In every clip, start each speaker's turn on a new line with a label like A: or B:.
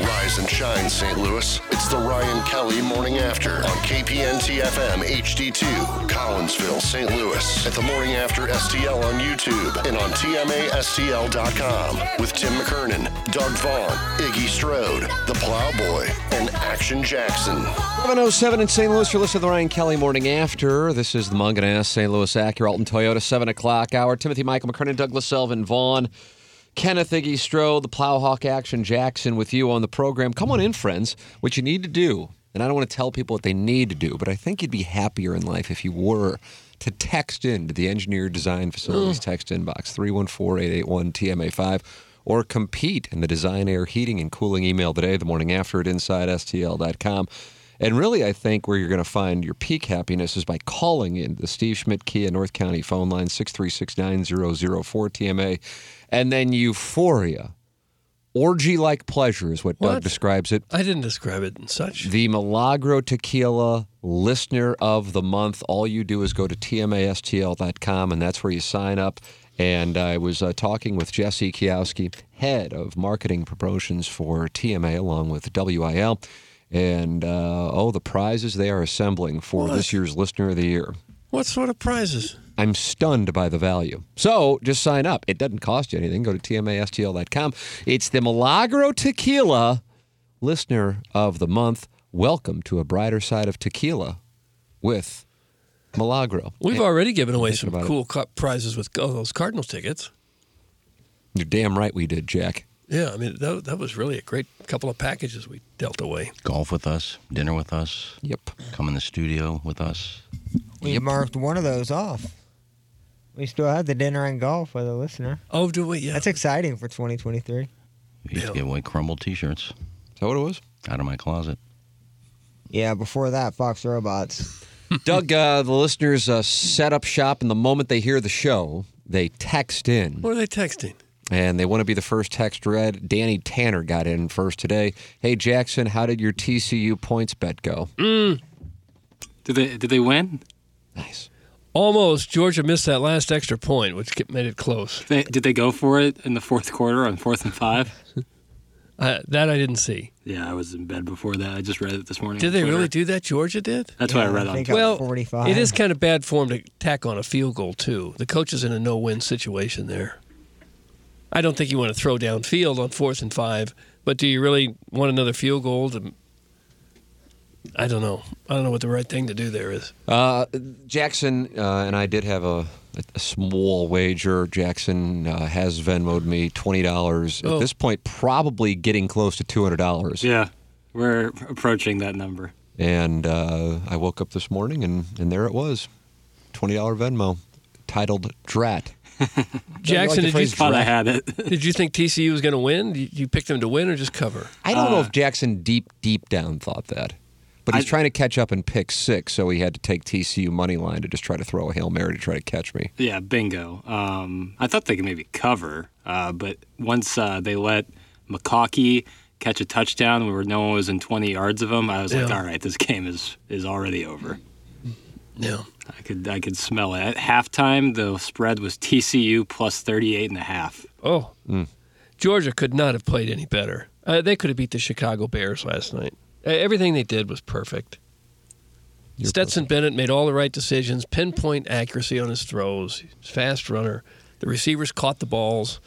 A: Rise and shine, St. Louis. It's the Ryan Kelly Morning After on KPNT FM HD2, Collinsville, St. Louis. At the Morning After STL on YouTube and on TMASTL.com with Tim McKernan, Doug Vaughn, Iggy Strode, The Plowboy, and Action Jackson.
B: 707 in St. Louis. You're listening to the Ryan Kelly Morning After. This is the Munganass St. Louis Acura Alton Toyota 7 o'clock hour. Timothy Michael McKernan, Douglas Selvin Vaughn. Kenneth Iggy Strode, the Plowhawk Action Jackson with you on the program. Come on in, friends. What you need to do, and I don't want to tell people what they need to do, but I think you'd be happier in life if you were to text in to the Engineer Design Facilities text inbox 314-881-TMA5 or compete in the Design Air Heating and Cooling email today, the morning after at InsideSTL.com. And really, I think where you're going to find your peak happiness is by calling in the Steve Schmidt Kia North County phone line, 636-9004-TMA, and then euphoria, orgy-like pleasure is what, Doug
C: What?
B: describes it.
C: I didn't describe it in such.
B: The Milagro Tequila Listener of the Month. All you do is go to tmastl.com, and that's where you sign up. And I was uh, talking with Jesse Kiowski, head of marketing promotions for TMA, along with WIL. And uh, oh, the prizes they are assembling for this year's Listener of the Year.
C: What sort of prizes?
B: I'm stunned by the value. So just sign up. It doesn't cost you anything. Go to tmastl.com. It's the Milagro Tequila Listener of the Month. Welcome to a brighter side of tequila with Milagro.
C: We've already given away some
B: about it.
C: cool cu- prizes with all those Cardinal tickets.
B: You're damn right we did, Jack.
C: Yeah, I mean that, that was really a great couple of packages we dealt away.
D: golf with us, dinner with us,
B: Yep.
D: come in the studio with us.
E: We marked one of those off. We still have the dinner and golf with a listener.
C: Oh, do we? Yeah,
E: That's exciting for 2023.
D: We used
C: Yeah.
D: to give away crumbled T-shirts
B: Is that what it was?
D: out of my closet.
E: Yeah, before that, Fox Robots.
B: Doug, uh, the listeners uh, set up shop, and the moment they hear the show, they text in.
C: What are they texting?
B: and they want to be the first text read. Danny Tanner got in first today. Hey Jackson, how did your TCU points bet go?
F: Mm. Did they did they win?
B: Nice.
C: Almost Georgia missed that last extra point, which ke- made it close.
F: They, did they go for it in the fourth quarter on fourth and five?
C: I, that I didn't see.
F: Yeah, I was in bed before that. I just read it this morning.
C: Did
F: on
C: they
F: Twitter.
C: really do that? Georgia did.
F: That's
E: Yeah,
F: what I read
E: I
F: on.
E: think
F: Twitter.
E: Got
C: well,
E: 45.
C: it is kind of bad form to tack on a field goal too. The coach is in a no-win situation there. I don't think you want to throw downfield on fourth and five, but do you really want another field goal? To, I don't know. I don't know what the right thing to do there is.
B: Uh, Jackson uh, and I did have a, a small wager. Jackson uh, has Venmoed me twenty dollars. At
C: Oh.
B: this point, probably getting close to two hundred dollars.
F: Yeah, we're approaching that number.
B: And uh, I woke up this morning, and and there it was, twenty dollar Venmo, titled Drat.
C: Jackson,
B: the
C: did you
B: phrase
F: Thought I had it.
C: did you think TCU was going to win? You, you picked them to win or just cover?
B: I don't know if Jackson deep deep down thought that, but he's
F: I-
B: trying to catch up and pick six, so he had to take TCU money line to just try to throw a hail mary to try to catch me.
F: yeah, bingo. Um, I thought they could maybe cover, uh, but once uh, they let McConkey catch a touchdown where no one was in 20 yards of him, I was like,
C: Yeah.
F: all right, this game is is already over.
C: No.
F: I could I could smell it. At halftime, the spread was TCU plus 38 and a half.
C: Oh, Georgia could not have played any better. Uh, they could have beat the Chicago Bears last night. Uh, everything they did was perfect. Stetson Bennett made all the right decisions, pinpoint accuracy on his throws, He's a fast runner. The receivers caught the balls.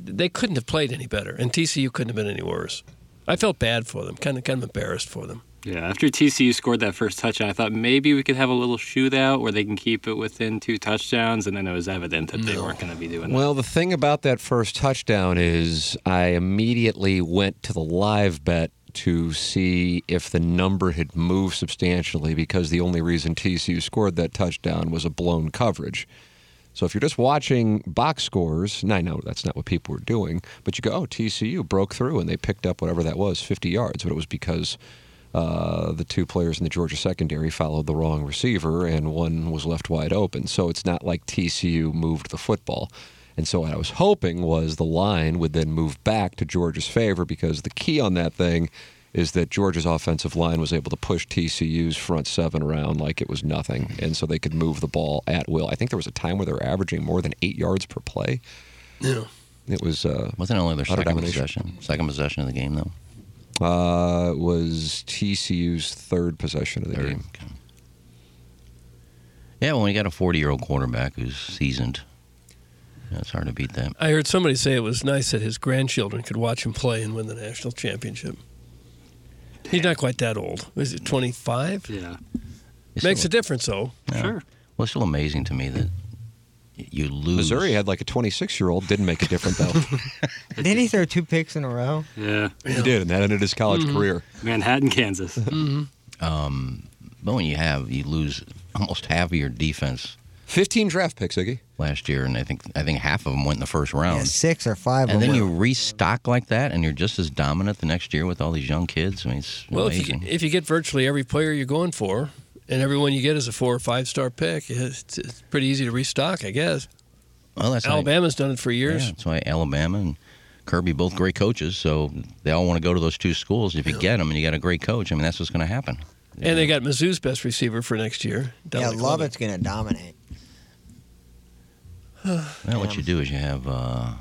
C: They couldn't have played any better, and TCU couldn't have been any worse. I felt bad for them, kind of kind of embarrassed for them.
F: Yeah, after TCU scored that first touchdown, I thought maybe we could have a little shootout where they can keep it within two touchdowns, and then it was evident that they weren't going to be doing that.
B: Well, the thing about that first touchdown is I immediately went to the live bet to see if the number had moved substantially because the only reason TCU scored that touchdown was a blown coverage. So if you're just watching box scores, and I know that's not what people were doing, but you go, oh, TCU broke through and they picked up whatever that was, 50 yards, but it was because uh, the two players in the Georgia secondary followed the wrong receiver and one was left wide open. So it's not like TCU moved the football. And so what I was hoping was the line would then move back to Georgia's favor because the key on that thing is that Georgia's offensive line was able to push TCU's front seven around like it was nothing. And so they could move the ball at will. I think there was a time where they were averaging more than eight yards per play. Yeah. It was uh,
D: Wasn't it only their
B: Utter
D: second
B: domination.
D: possession? Second possession of the game, though.
B: uh, it was TCU's third possession of the
D: Third.
B: game.
D: Okay. Yeah, when you got a 40 year old quarterback who's seasoned, yeah, it's hard to beat that.
C: I heard somebody say it was nice that his grandchildren could watch him play and win the national championship. He's not quite that old. Is it 25?
F: yeah,
D: It's
C: Makes a
D: still,
C: difference, though.
F: sure.
D: well, it's still amazing to me that y- you lose.
B: Missouri had like a 26 year old. Didn't make a difference though.
E: Didn't he throw two picks in a row?
F: Yeah,
B: he did, and that ended his college career.
F: Manhattan, Kansas.
D: Um, But when you have, you lose almost half of your defense
B: 15 draft picks, Iggy.
D: last year, and I think I think half of them went in the first round.
E: Yeah,
F: Oh.
E: six or five.
D: And
E: of
D: then
E: them.
D: you restock like that, and you're just as dominant the next year with all these young kids. I mean, it's
C: Well, if you,
D: amazing.
C: if you get virtually every player you're going for, and everyone you get is a four or five star pick, it's, it's pretty easy to restock, I guess.
D: well, that's how-
C: Alabama's done it for
D: Yeah,
C: years.
D: that's why Alabama and Kirby both great coaches, so they all want to go to those two schools. If you get them and you got a great coach, I mean, that's what's going to happen.
C: And they got Mizzou's best receiver for next year.
E: yeah,
C: Dominic Lovett.
E: Lovett's gonna dominate.
D: Well, what you do is you have, uh,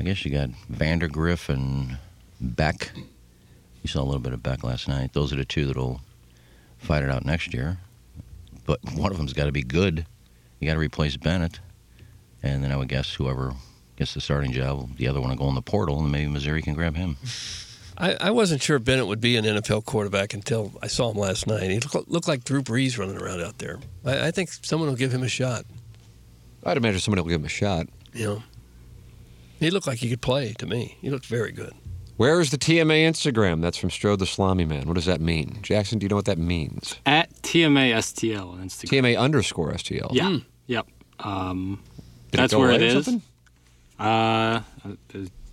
D: I guess you got Vandergriff and Beck. You saw a little bit of Beck last night. Those are the two that'll fight it out next year. But one of them's got to be good. You got to replace Bennett, and then I would guess whoever gets the starting job, the other one will go in the portal, and maybe Missouri can grab him.
C: I, I wasn't sure Bennett would be an NFL quarterback until I saw him last night. He looked, looked like Drew Brees running around out there. I, I think someone will give him a shot.
B: I'd imagine somebody will give him a shot.
C: You know, he looked like he could play to me. He looked very good.
B: Where is the TMA Instagram? That's from Strode the Slami Man. What does that mean? Jackson, do you know what that means?
F: At TMA STL on Instagram.
B: TMA underscore STL.
F: Yeah. Mm, Yep. Um,
B: Did
F: that's
B: go
F: where
B: away
F: it
B: or
F: is.
B: something?
F: Uh,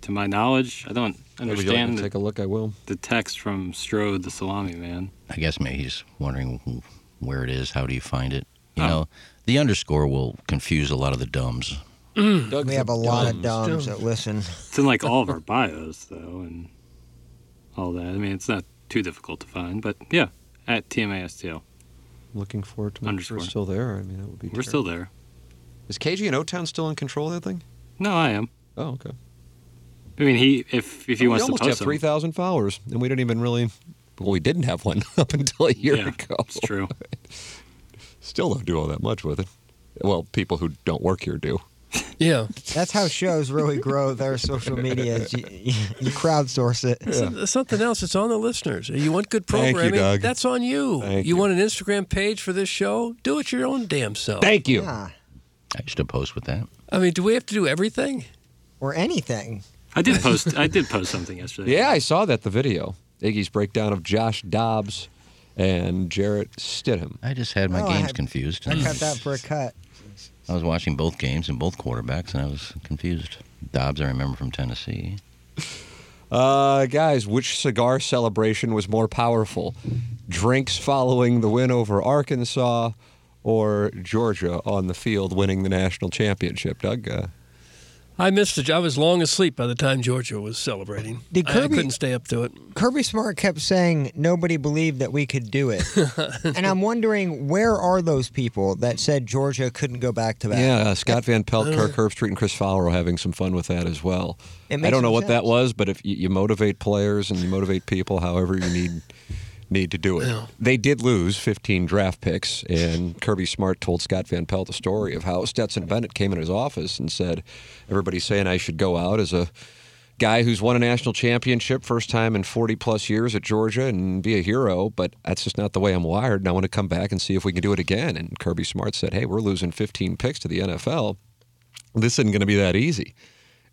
F: to my knowledge, I don't
B: Would you like me
F: understand
B: to
F: the,
B: take a look? I will.
F: the text from Strode the Salami Man.
D: I guess maybe he's wondering wh- where it is. How do you find it? You know, the underscore will confuse a lot of the dumbs.
B: Doug,
E: We have a lot of doms that listen.
F: It's in like all of our bios though, and all that. I mean, it's not too difficult to find, but yeah, at TMA STL,
B: Looking forward to making sure it's
F: Underscore.
B: still there. I mean, that would be.
F: we're still there.
B: terrible. Is KG and O Town still in control of that thing?
F: No, I am.
B: Oh, okay.
F: I mean, he if if he
B: we
F: wants to
B: almost
F: post
B: have
F: them.
B: three thousand followers, and we didn't even really. Well, we didn't have one up until a year
F: yeah,
B: ago.
F: it's true.
B: Still don't do all that much with it. Well, people who don't work here do.
C: Yeah.
E: That's how shows really grow their social media. is You, you crowdsource it.
C: Some- Something else that's on the listeners. You want good
B: Thank you,
C: programming?
B: Doug.
C: That's on you.
B: Thank
C: you
B: you.
C: want an Instagram page for this show? Do it your own damn self.
B: Thank you.
E: Yeah,
D: I used to post with that.
C: I mean, do we have to do everything?
E: or anything.
F: I did post. I did post something yesterday.
B: Yeah, I saw that the video. Iggy's breakdown of Josh Dobbs and Jarrett Stidham.
D: I just had my
E: Oh, I
D: games
E: had-
D: confused.
E: I
D: and
E: cut that for a cut.
D: I was watching both games and both quarterbacks, and I was confused. Dobbs, I remember from Tennessee.
B: Uh, guys, which cigar celebration was more powerful? Drinks following the win over Arkansas or Georgia on the field winning the national championship? Doug, uh,
C: I missed it. I was long asleep by the time Georgia was celebrating.
E: Did
C: I- I
E: Kirby-
C: couldn't stay up to it.
E: Kirby Smart kept saying nobody believed that we could do it. and I'm wondering where are those people that said Georgia couldn't go back to back?
B: yeah, uh, Scott Van Pelt, Kirk Herbstreit, and Chris Fowler are having some fun with that as well.
E: It
B: I
E: makes
B: don't know
E: some
B: what that
E: sense.
B: was, but if you, you motivate players and you motivate people, however you need need to do it. They did lose 15 draft picks, and Kirby Smart told Scott Van Pelt the story of how Stetson Bennett came in his office and said, "Everybody's saying I should go out as a." guy who's won a national championship first time in 40 plus years at Georgia and be a hero, but that's just not the way I'm wired. And I want to come back and see if we can do it again. And Kirby Smart said, Hey, we're losing 15 picks to the NFL. This isn't going to be that easy.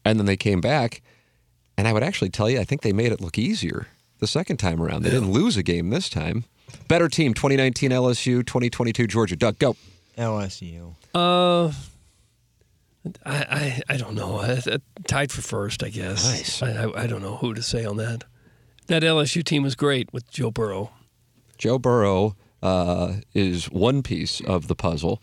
B: And then they came back. And I would actually tell you, I think they made it look easier the second time around. They didn't lose a game this time. Better team, 2019 LSU, 2022 Georgia. Duck, go.
E: LSU.
C: Uh, I, I I don't know. I, I, tied for first, I guess.
B: Nice.
C: I, I I don't know who to say on that. That LSU team was great with Joe Burrow.
B: Joe Burrow uh, is one piece of the puzzle.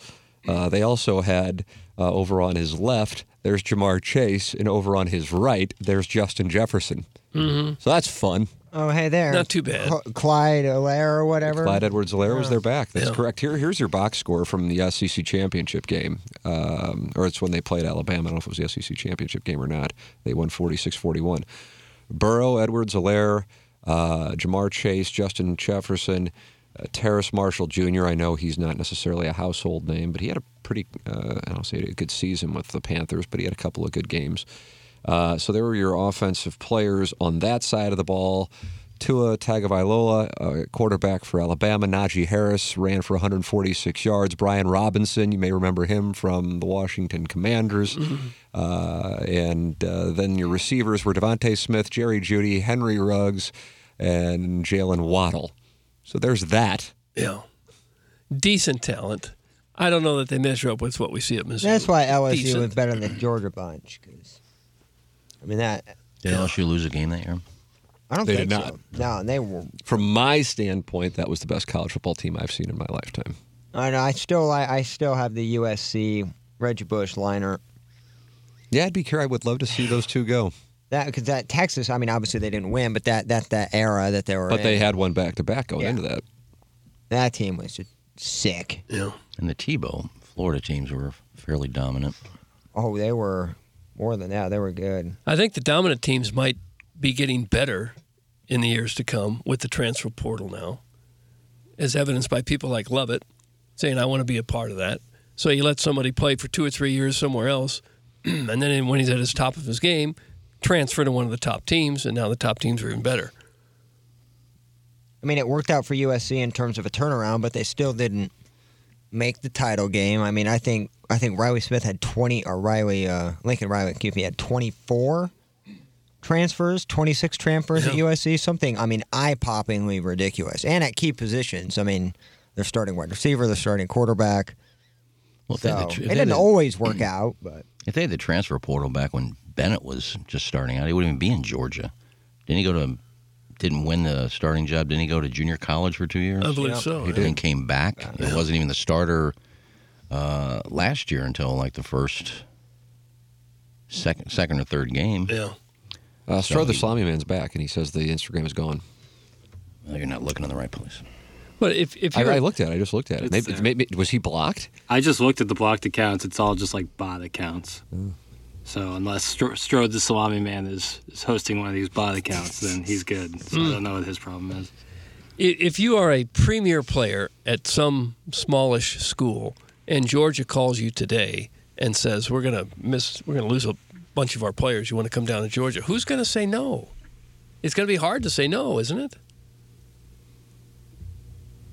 B: Uh, they also had uh, over on his left, there's Jamar Chase, and over on his right, there's Justin Jefferson. Mm-hmm. So that's fun.
E: Oh, hey there.
C: Not too bad.
E: Cl- Clyde O'Lair or whatever.
B: Clyde Edwards Alaire was their back. That's correct. Here, Here's your box score from the SEC championship game, um, or it's when they played Alabama. I don't know if it was the SEC championship game or not. They won 46 41. Burrow, Edwards Alaire, uh, Jamar Chase, Justin Jefferson, uh, Terrace Marshall Jr. I know he's not necessarily a household name, but he had a pretty, uh, I don't say a good season with the Panthers, but he had a couple of good games. Uh, so there were your offensive players on that side of the ball. Tua Tagovailoa, uh, quarterback for Alabama. Najee Harris ran for 146 yards. Brian Robinson, you may remember him from the Washington Commanders. Uh, and uh, then your receivers were Devontae Smith, Jerry Judy, Henry Ruggs, and Jalen Waddle. So there's that.
C: Yeah, decent talent. I don't know that they measure up with what we see at Missouri.
E: That's why LSU
C: Decent.
E: was better than the Georgia bunch. 'cause- I mean that.
D: Did LSU lose a game that year?
E: I don't
B: They
E: think
B: did
E: so. No, they were.
B: From my standpoint, that was the best college football team I've seen in my lifetime.
E: I know. I still. I, I still have the USC Reggie Bush liner.
B: Yeah, I'd be curious. I would love to see those two go.
E: That because that Texas. I mean, obviously they didn't win, but that that that era that they were.
B: But
E: in,
B: they had one back to back going
E: Yeah.
B: into that.
E: that team was just sick.
C: Yeah.
D: And the Tebow, Florida teams were fairly dominant.
E: Oh, they were more than that. They were good.
C: I think the dominant teams might be getting better in the years to come with the transfer portal now, as evidenced by people like Lovett saying, I want to be a part of that. So you let somebody play for two or three years somewhere else, and then when he's at his top of his game, transfer to one of the top teams, and now the top teams are even better.
E: I mean, it worked out for USC in terms of a turnaround, but they still didn't make the title game. I mean, I think I think Riley Smith had 20 or Riley uh, Lincoln Riley excuse me had 24 transfers, 26 transfers at USC, something I mean, eye-poppingly ridiculous. And at key positions. I mean, they're starting wide receiver, they're starting quarterback.
D: Well, if, they
E: So,
D: had the, tr-
E: it
D: if, they had
E: didn't
D: the-
E: always
B: mm.
E: work out, but
D: if they had the transfer portal back when Bennett was just starting out, he wouldn't even be in Georgia. Didn't he go to? Didn't win the starting job. Didn't he go to junior college for two years?
C: I believe so.
D: He then came back. It wasn't even the starter uh, last year until like the first, second, second or third game.
C: Yeah.
B: Uh, Stroh the Salami Man's back, and he says the Instagram is gone.
D: Well, You're not looking in the right place.
C: But if, if
B: I,
C: you're.
B: I looked at it. I just looked at it. Maybe,
F: there.
B: maybe- was he blocked?
F: I just looked at the blocked accounts. It's all just like bot accounts. So unless Stro- Strode the Salami Man is, is hosting one of these bot accounts, then he's good. So
B: Mm.
F: I don't know what his problem is.
C: I- If you are a premier player at some smallish school and Georgia calls you today and says we're going to miss we're going to lose a bunch of our players you want to come down to Georgia who's going to say no It's going to be hard to say no isn't it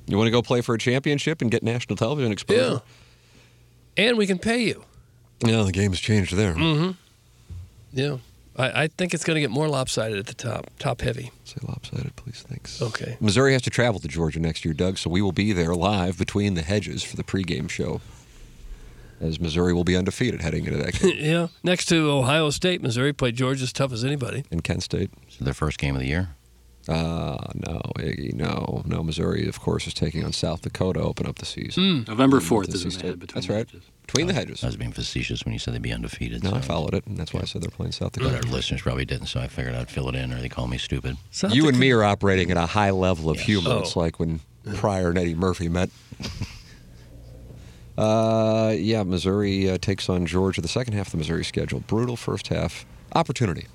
B: You want to go play for a championship and get national television exposure?
C: and we can pay you
B: Yeah, the game's changed there.
F: Mm.
C: yeah I, I think it's going to get more lopsided at the top top heavy
B: Say lopsided, please. Thanks.
C: Okay.
B: Missouri has to travel to Georgia next year, Doug, so we will be there live between the hedges for the pregame show. As Missouri will be undefeated heading into that game.
C: yeah next to Ohio State Missouri played Georgia's tough as anybody
B: And Kent State?
D: So their first game of the year.
B: Uh, no, Iggy, no. No, Missouri, of course, is taking on South Dakota, to open up the season.
F: Hmm. November 4th is
B: Tennessee
F: in the
B: State.
F: head between
B: That's right.
F: matches.
B: Between the
D: I
B: hedges.
D: was being facetious when you said they'd be undefeated.
B: No,
D: so-
B: I followed it, and that's why I said they're playing South
D: But
B: Dakota.
D: our listeners probably didn't, so I figured I'd fill it in, or they call me stupid.
C: South
B: you
C: Dakota-
B: and me are operating at a high level of
D: Yes.
B: humor.
C: Oh.
B: It's like when Pryor and Eddie Murphy met. uh, yeah, Missouri uh, takes on Georgia. The second half of the Missouri schedule, brutal first half. Opportunity.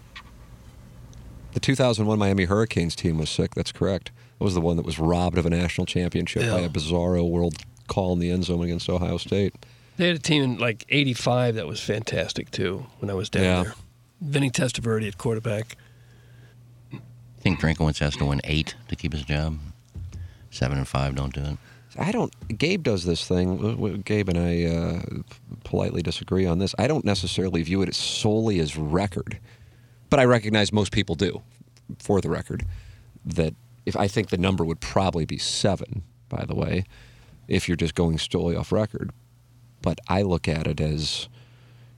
B: The 2001 Miami Hurricanes team was sick. That's correct. That was the one that was robbed of a national championship by
C: Yeah.
B: a bizarro world call in the end zone against Ohio State.
C: they had a team in like 85 that was fantastic too when I was down
B: Yeah.
C: there Vinny Testaverde at quarterback.
D: I think Drinkowitz has to win eight to keep his job. Seven and five don't do it.
B: I don't. Gabe does this thing. w- w- Gabe and I uh, politely disagree on this. I don't necessarily view it solely as record, but I recognize most people do, for the record, that if I think the number would probably be seven, by the way, if you're just going solely off record. But I look at it as,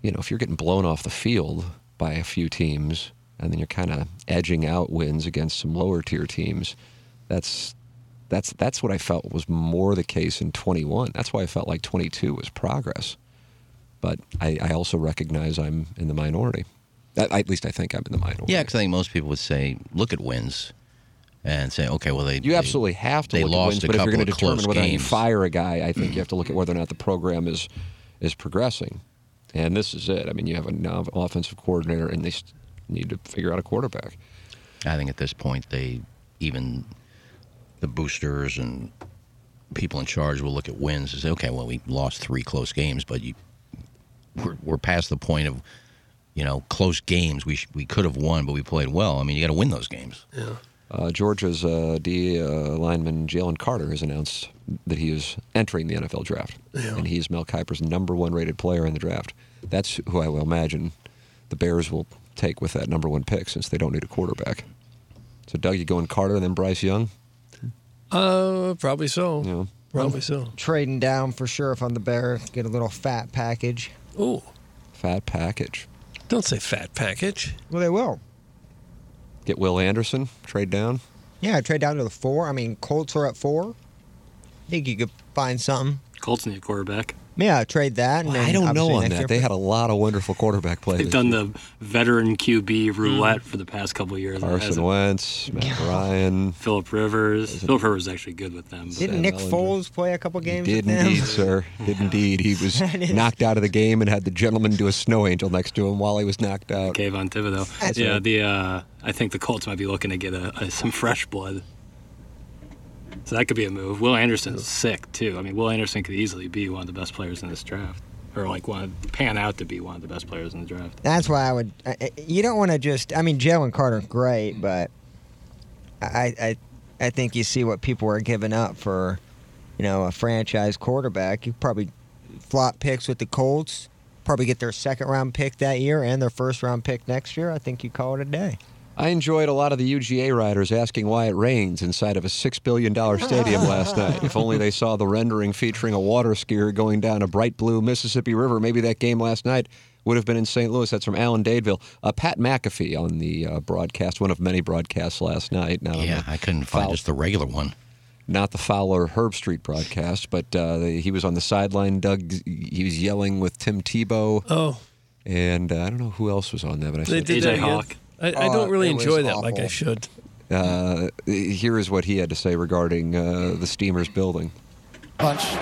B: you know, if you're getting blown off the field by a few teams and then you're kind of edging out wins against some lower tier teams, that's that's that's what I felt was more the case in 21. That's why I felt like 22 was progress. But I, I also recognize I'm in the minority. At, at least I think I'm in the minority.
D: Yeah, because I think most people would say, look at wins and say, okay, well, they.
B: You
D: they-
B: absolutely have to
D: they
B: look
D: lost
B: at wins,
D: a
B: but if you're
D: couple
B: going to
D: of
B: determine
D: close
B: whether you
D: games.
B: fire a guy, I think you have to look at whether or not the program is is progressing. And this is it. I mean, you have a non offensive coordinator, and they st- need to figure out a quarterback.
D: I think at this point, they even the boosters and people in charge will look at wins and say, okay, well, we lost three close games, but you, we're, we're past the point of, you know, close games. We, sh- we could have won, but we played well. I mean, you got to win those games.
B: Uh, Georgia's uh, D uh, lineman Jalen Carter has announced that he is entering the NFL draft, and he is Mel Kiper's number one rated player in the draft. That's who I will imagine the Bears will take with that number one pick, since they don't need a quarterback. So, Doug, you going Carter and then Bryce Young?
C: Uh, probably so.
B: Yeah.
C: Probably so.
E: Trading down for sure if I'm the bearer. Get a little fat package.
C: Ooh,
B: Fat package.
C: don't say fat package.
E: Well, they will.
B: Get Will Anderson. Trade down.
E: Yeah, trade down to the four. I mean, Colts are at four. I think you could find something.
F: Colts need a quarterback.
E: Yeah, trade that. And
B: Well,
E: then
B: I don't know
E: obviously
B: on
E: next
B: that.
E: year-
B: They had a lot of wonderful quarterback play.
F: They've
B: this
F: done
B: year.
F: the veteran QB roulette for the past couple of years. It
B: Mm. Carson
F: hasn't-
B: Wentz, Matt Ryan.
F: Philip Rivers. Philip Rivers is actually good with them. But
E: Didn't
B: Sam
E: Nick
B: Ellinger.
E: Foles play a couple games
B: Did
E: with them?
B: indeed, sir. Did indeed. He was
E: That is-
B: knocked out of the game and had the gentleman do a snow angel next to him while he was knocked out.
F: Kayvon Thibodeau.
E: That's
F: yeah,
B: right.
F: the uh, I think the Colts might be looking to get a, a, some fresh blood. So that could be a move. Will Anderson's sick too. I mean, Will Anderson could easily be one of the best players in this draft, or like one of- pan out to be one of the best players in the draft.
E: That's why I would. I, I- you don't want to just. I mean, Jalen Carter, great, but I, I, I think you see what people are giving up for, you know, a franchise quarterback. You probably flop picks with the Colts. Probably get their second round pick that year and their first round pick next year. I think you call it a day.
B: I enjoyed a lot of the UGA riders asking why it rains inside of a $6 billion stadium last night. If only they saw the rendering featuring a water skier going down a bright blue Mississippi River, maybe that game last night would have been in St. Louis. That's from Alan Dadeville. Uh, Pat McAfee on the uh, broadcast, one of many broadcasts last night. Not on
D: Yeah,
B: the
D: I couldn't find
B: foul-
D: just the regular one.
B: not the Fowler Herb Street broadcast, but uh, the, he was on the sideline. Doug, he was yelling with Tim Tebow,
C: Oh,
B: and uh, I don't know who else was on that, but I
C: they
B: said,
C: did
F: AJ
C: that again.
F: Hawk.
C: I, I
E: Oh,
C: don't really
E: it was
C: enjoy that like
E: awful.
C: I should.
B: uh, here is what he had to say regarding uh, the Steamers building.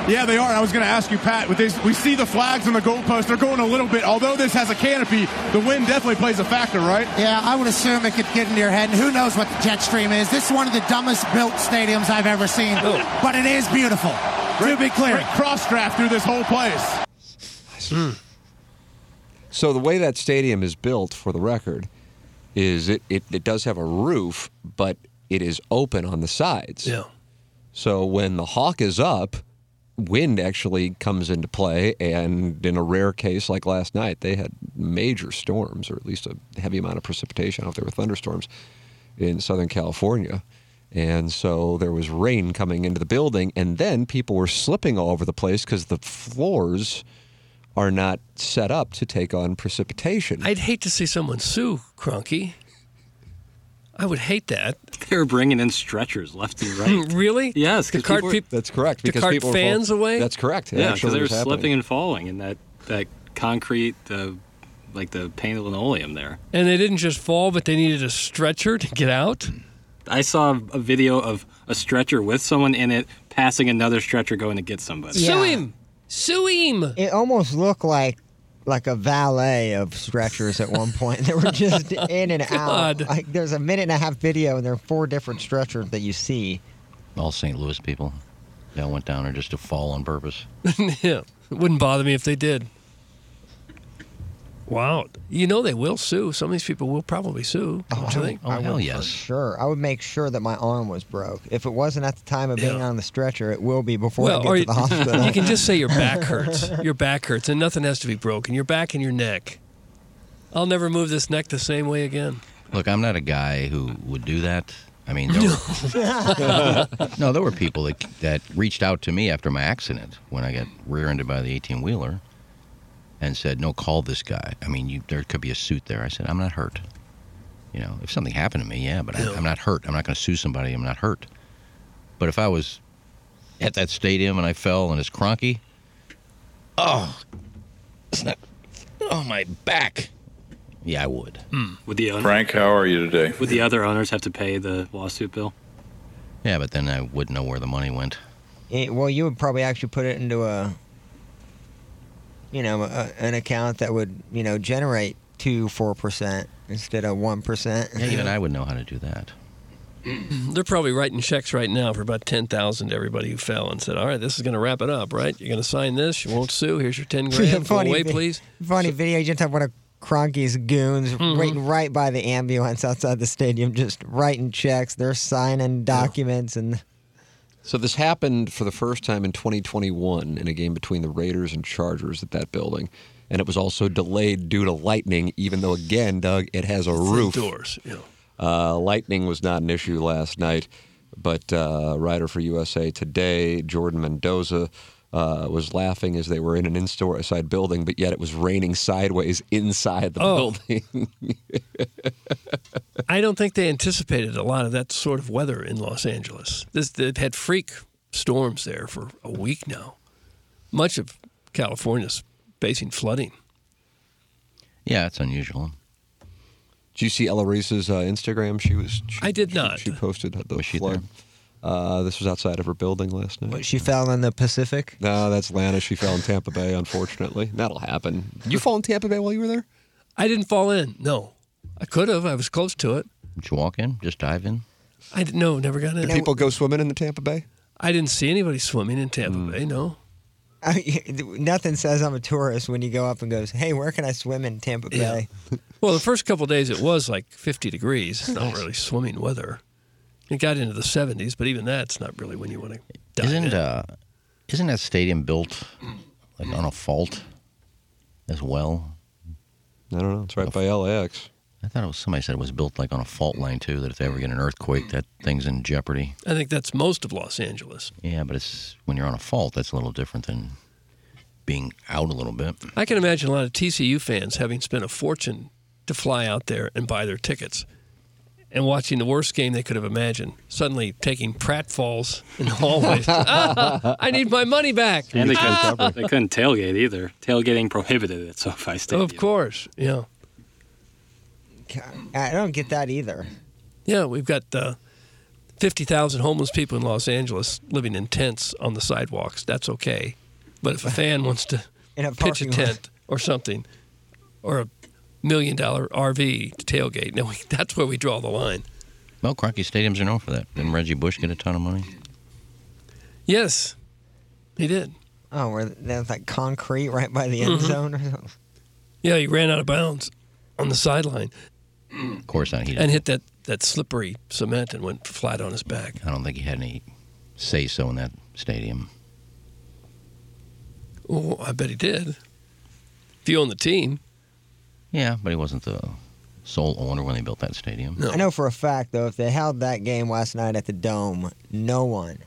G: Yeah, they are. I was going to ask you, Pat. With this, we see the flags on the goalpost. They're going a little bit. Although this has a canopy, the wind definitely plays a factor, right?
H: Yeah, I would assume it could get into your head. And who knows what the jet stream is? This is one of the dumbest built stadiums I've ever seen, but it is beautiful. To be clear,
G: Cross draft through this whole place.
B: So the way that stadium is built, for the record, is it, it, it does have a roof, but it is open on the sides.
C: Yeah.
B: So when the hawk is up, wind actually comes into play, and in a rare case like last night, they had major storms, or at least a heavy amount of precipitation. I don't know if there were thunderstorms in Southern California. And so there was rain coming into the building, and then people were slipping all over the place because the floors are not set up to take on precipitation.
C: I'd hate to see someone sue Cronky. I would hate that.
F: They're bringing in stretchers left and right.
C: Really?
F: Yes,
C: To
F: 'cause
C: cart
F: people are-
C: peop-
B: That's correct.
C: To cart
B: were fall-
C: fans away.
B: That's correct. It
F: yeah,
B: actually
F: because they were
B: was happening.
F: slipping and falling in that that concrete, uh, like the painted linoleum there.
C: and they didn't just fall, but they needed a stretcher to get out.
F: I saw a video of a stretcher with someone in it passing another stretcher going to get somebody.
C: Sue
E: Yeah.
C: him. Sue him.
E: It almost looked like like a valet of stretchers at one point. They were just in and
C: God.
E: out. Like there's a minute and a half video, and there are four different stretchers that you see.
D: All St. Louis people that went down there just to fall on purpose.
C: yeah. It wouldn't bother me if they did. Wow. You know they will sue. Some of these people will probably sue. Oh, don't you think?
E: I would for sure. I would make sure that my arm was broke. If it wasn't at the time of being on the stretcher, it will be before I get
C: or
E: to the
C: you-
E: hospital.
C: You can just say your back hurts. Your back hurts, and nothing has to be broken. Your back and your neck. I'll never move this neck the same way again.
D: Look, I'm not a guy who would do that. I mean, there were, no, there were people that, that reached out to me after my accident when I got rear-ended by the 18-wheeler, and said, "No, call this guy." I mean, you, there could be a suit there. I said, "I'm not hurt." You know, if something happened to me, yeah, but I, I'm not hurt. I'm not going to sue somebody. I'm not hurt. But if I was at that stadium and I fell and it's cronky, oh, it's not, oh my back. Yeah, I would.
F: Would the owner,
D: Frank, how are you today?
F: Would the other owners have to pay the lawsuit bill?
D: Yeah, but then I wouldn't know where the money went.
E: Eh, well, you would probably actually put it into a, you know, a, an account that would you know generate two four percent instead of one percent.
D: Yeah, even I would know how to do that.
C: They're probably writing checks right now for about ten thousand to everybody who fell and said, "All right, this is going to wrap it up. Right? You're going to sign this. You won't sue. Here's your ten grand. Go away,
E: vi-
C: please."
E: Funny video. You just have one of Cronky's goons waiting right by the ambulance outside the stadium, just writing checks. They're signing documents and.
B: So this happened for the first time in 2021 in a game between the Raiders and Chargers at that building, and it was also delayed due to lightning. Even though, again, Doug, it has a roof.
C: Doors. Yeah.
B: Uh, lightning was not an issue last night, but uh, writer for USA Today, Jordan Mendoza, uh, was laughing as they were in an inside building, but yet it was raining sideways inside the
C: Oh.
B: building.
C: I don't think they anticipated a lot of that sort of weather in Los Angeles. This, they've had freak storms there for a week now. Much of California's facing flooding.
D: Yeah, it's unusual.
B: Did you see Ella Reese's uh, Instagram? She was. She,
C: I did
B: she-
C: not.
B: She, posted the flood. Uh, this was outside of her building last night.
E: She fell in the Pacific.
B: No, that's Lana. She fell in Tampa Bay, unfortunately. That'll happen. You fall in Tampa Bay while you were there?
C: I didn't fall in. No, I could have. I was close to it.
D: Did you walk in? Just dive in?
C: I didn't, no, never got in.
B: Did people go swimming in the Tampa Bay?
C: I didn't see anybody swimming in Tampa Bay. No.
E: I, nothing says I'm a tourist when you go up and goes, "Hey, where can I swim in Tampa Bay?"
C: Well, the first couple of days it was like 50 degrees. It's not really swimming weather. It got into the 70s, but even that's not really when you want to dive
D: Isn't
C: in.
D: uh, isn't that stadium built like on a fault as well?
B: I don't know. It's right by LAX.
D: I thought it was somebody said it was built like on a fault line too. That if they ever get an earthquake, that thing's in jeopardy.
C: I think that's most of Los Angeles.
D: Yeah, but it's when you're on a fault, that's a little different than being out a little bit.
C: I can imagine a lot of TCU fans having spent a fortune to fly out there and buy their tickets and watching the worst game they could have imagined, suddenly taking pratfalls in the hallways. ah, I need my money back.
F: And they
C: Ah!
F: couldn't, they couldn't tailgate either. Tailgating prohibited at SoFi Stadium.
C: Of course. Yeah.
E: I don't get that either.
C: Yeah, we've got uh, 50,000 homeless people in Los Angeles living in tents on the sidewalks. That's okay. But if a fan wants to
E: In a
C: pitch a
E: parking lot.
C: tent or something, or a million dollar RV to tailgate, no, we, that's where we draw the line.
D: Well, Crocky Stadiums are known for that. Didn't Reggie Bush get a ton of money?
C: Yes, he did.
E: Oh, where there's like concrete right by the end
C: Mhm.
E: zone or something.
C: Yeah, he ran out of bounds on the sideline
D: Of course not. He
C: and hit that, that slippery cement and went flat on his back.
D: I don't think he had any say so in that stadium.
C: Oh, I bet he did. If you own the team,
D: Yeah, but he wasn't the sole owner when they built that stadium.
E: I know for a fact though, if they held that game last night at the dome, no one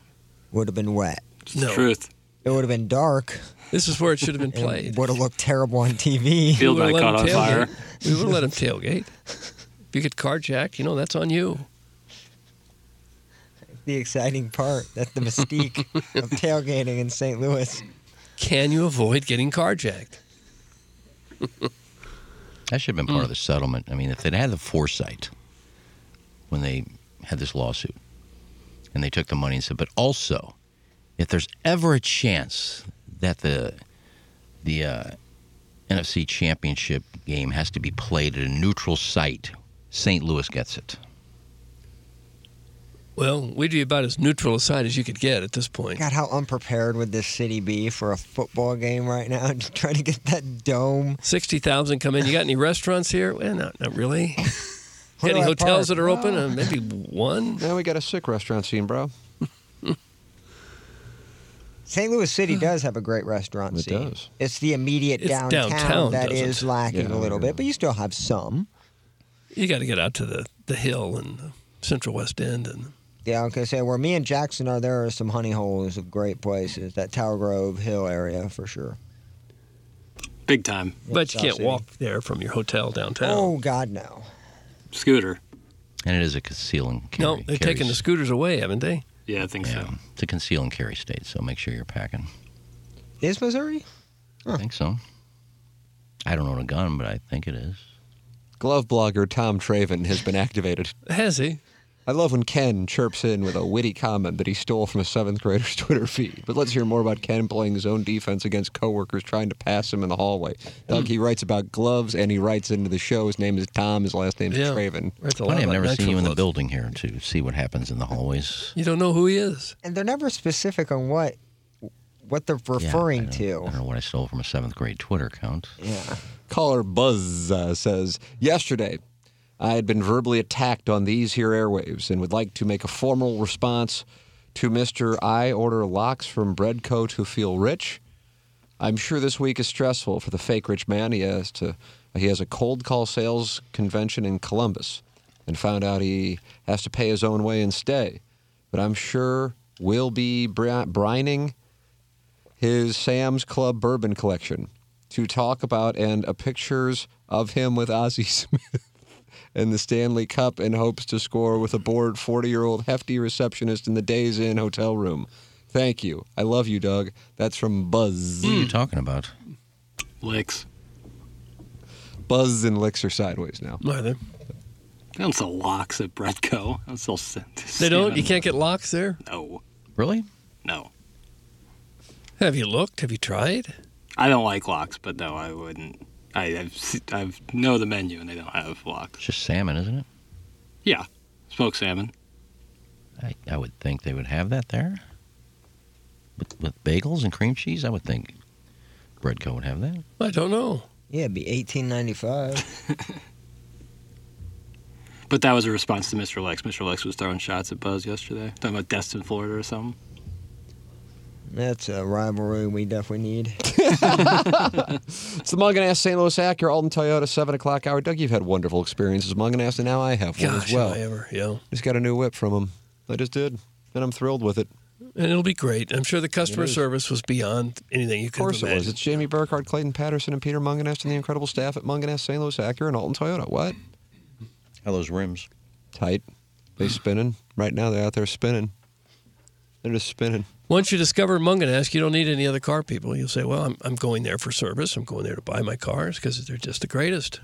E: would have been wet.
C: no.
F: Truth.
E: It would have been dark.
C: This is where it should have been
E: It
C: played.
E: would have looked terrible on TV.
F: Field
C: We
F: got
C: would've
F: caught on
C: let 'em
F: fire.
C: tailgate. We would have let him tailgate. If you get carjacked, you know, that's on you.
E: the exciting part. That's the mystique of tailgating in St. Louis.
C: Can you avoid getting carjacked?
D: That should have been part
C: Mm.
D: of the settlement. I mean, if they'd had the foresight when they had this lawsuit and they took the money and said, but also, if there's ever a chance that the the uh, NFC Championship game has to be played at a neutral site, St. Louis gets it.
C: Well, we'd be about as neutral a side as you could get at this point.
E: God, how unprepared would this city be for a football game right now? Just trying to get that dome.
C: Sixty thousand come in. You got any restaurants here? Well, not not really. Got
E: Where do
C: any
E: I
C: hotels
E: park?
C: that are open?
E: Well-
C: Uh, maybe one.
B: Now we got a sick restaurant scene, bro.
E: St. Louis City does have a great restaurant
B: It
E: scene.
B: does.
E: It's the immediate
C: It's
E: downtown,
C: downtown,
E: that
C: doesn't
E: is
C: it?
E: lacking
B: Yeah,
E: a little bit, but you still have some.
C: You got to get out to the the hill and the Central West End and
E: Yeah, okay. So where me and Jackson are, there are some honey holes of great places. That Tower Grove Hill area for sure.
F: Big time.
C: but you
E: South
C: can't
E: City.
C: walk there from your hotel downtown.
E: Oh God, no.
F: Scooter.
D: And it is a conceal and carry.
C: no, they've taken the
D: carries-
C: scooters away, haven't they?
F: Yeah, I think
D: Yeah,
F: so.
D: it's a conceal and carry state, so make sure you're packing.
E: Is Missouri?
D: I think so. I don't own a gun, but I think it is.
B: Glove blogger Tom Traven has been activated.
C: Has he?
B: I love when Ken chirps in with a witty comment that he stole from a seventh grader's Twitter feed. But let's hear more about Ken playing zone defense against coworkers trying to pass him in the hallway. Doug, he writes about gloves and he writes into the show. His name is Tom. His last name is
C: Yeah.
B: Traven.
C: That's a lot
D: Funny, I've
C: about
D: never seen
C: nitro
D: you in the
C: gloves.
D: building here to see what happens in the hallways.
C: You don't know who he is.
E: And they're never specific on what what they're
D: Yeah, I
E: referring
D: don't-
E: to.
D: I don't know what I stole from a seventh grade Twitter account.
E: Yeah.
B: Caller Buzz uh, says, Yesterday, I had been verbally attacked on these here airwaves and would like to make a formal response to Mr. I order locks from Breadco to feel rich. I'm sure this week is stressful for the fake rich man. He has to he has a cold call sales convention in Columbus and found out he has to pay his own way and stay. But I'm sure will be bri- brining his Sam's Club bourbon collection to talk about and a pictures of him with Ozzie Smith and the Stanley Cup in hopes to score with a bored 40 year old hefty receptionist in the Days Inn hotel room. Thank you. I love you, Doug. That's from Buzz.
D: What are you talking about?
F: Licks.
B: Buzz and Licks are sideways now.
C: Are they?
F: They don't sell locks at Breadco. I don't sell scent.
C: They don't. You can't get locks there.
F: No.
D: Really?
F: No.
C: Have you looked? Have you tried?
F: I don't like locks, but no, I wouldn't. I, I've, se- I've know the menu and they don't have
D: It's
F: locks.
D: just salmon, isn't it?
F: Yeah, smoked salmon.
D: I, I would think they would have that there. With, with bagels and cream cheese, I would think Breadco would have that.
C: I don't know.
E: Yeah, it'd be 1895.
F: But that was a response to Mr. Lex. Mr. Lex was throwing shots at Buzz yesterday. Talking about Destin, Florida or something.
E: That's a rivalry we definitely need.
B: It's the Mug and Ass St. Louis Acura Alton Toyota 7 o'clock hour. Doug, you've had wonderful experiences, Mug and Ass, and now I have one
C: Gosh,
B: as well.
C: have I ever. Yeah.
B: Just got a new whip from him. I just did, and I'm thrilled with it.
C: And it'll be great. I'm sure the customer
B: is.
C: service was beyond anything you could
B: Of course
C: have
B: it was.
C: imagined.
B: It's Jamie Burkhardt, Clayton Patterson, and Peter Munganest, and the incredible staff at Munganest, St. Louis Acura, and Alton Toyota. What?
D: How those rims?
B: Tight. They spinning. Right now they're out there spinning. They're just spinning.
C: Once you discover Munganest, you don't need any other car people. You'll say, well, I'm, I'm going there for service. I'm going there to buy my cars because they're just the greatest.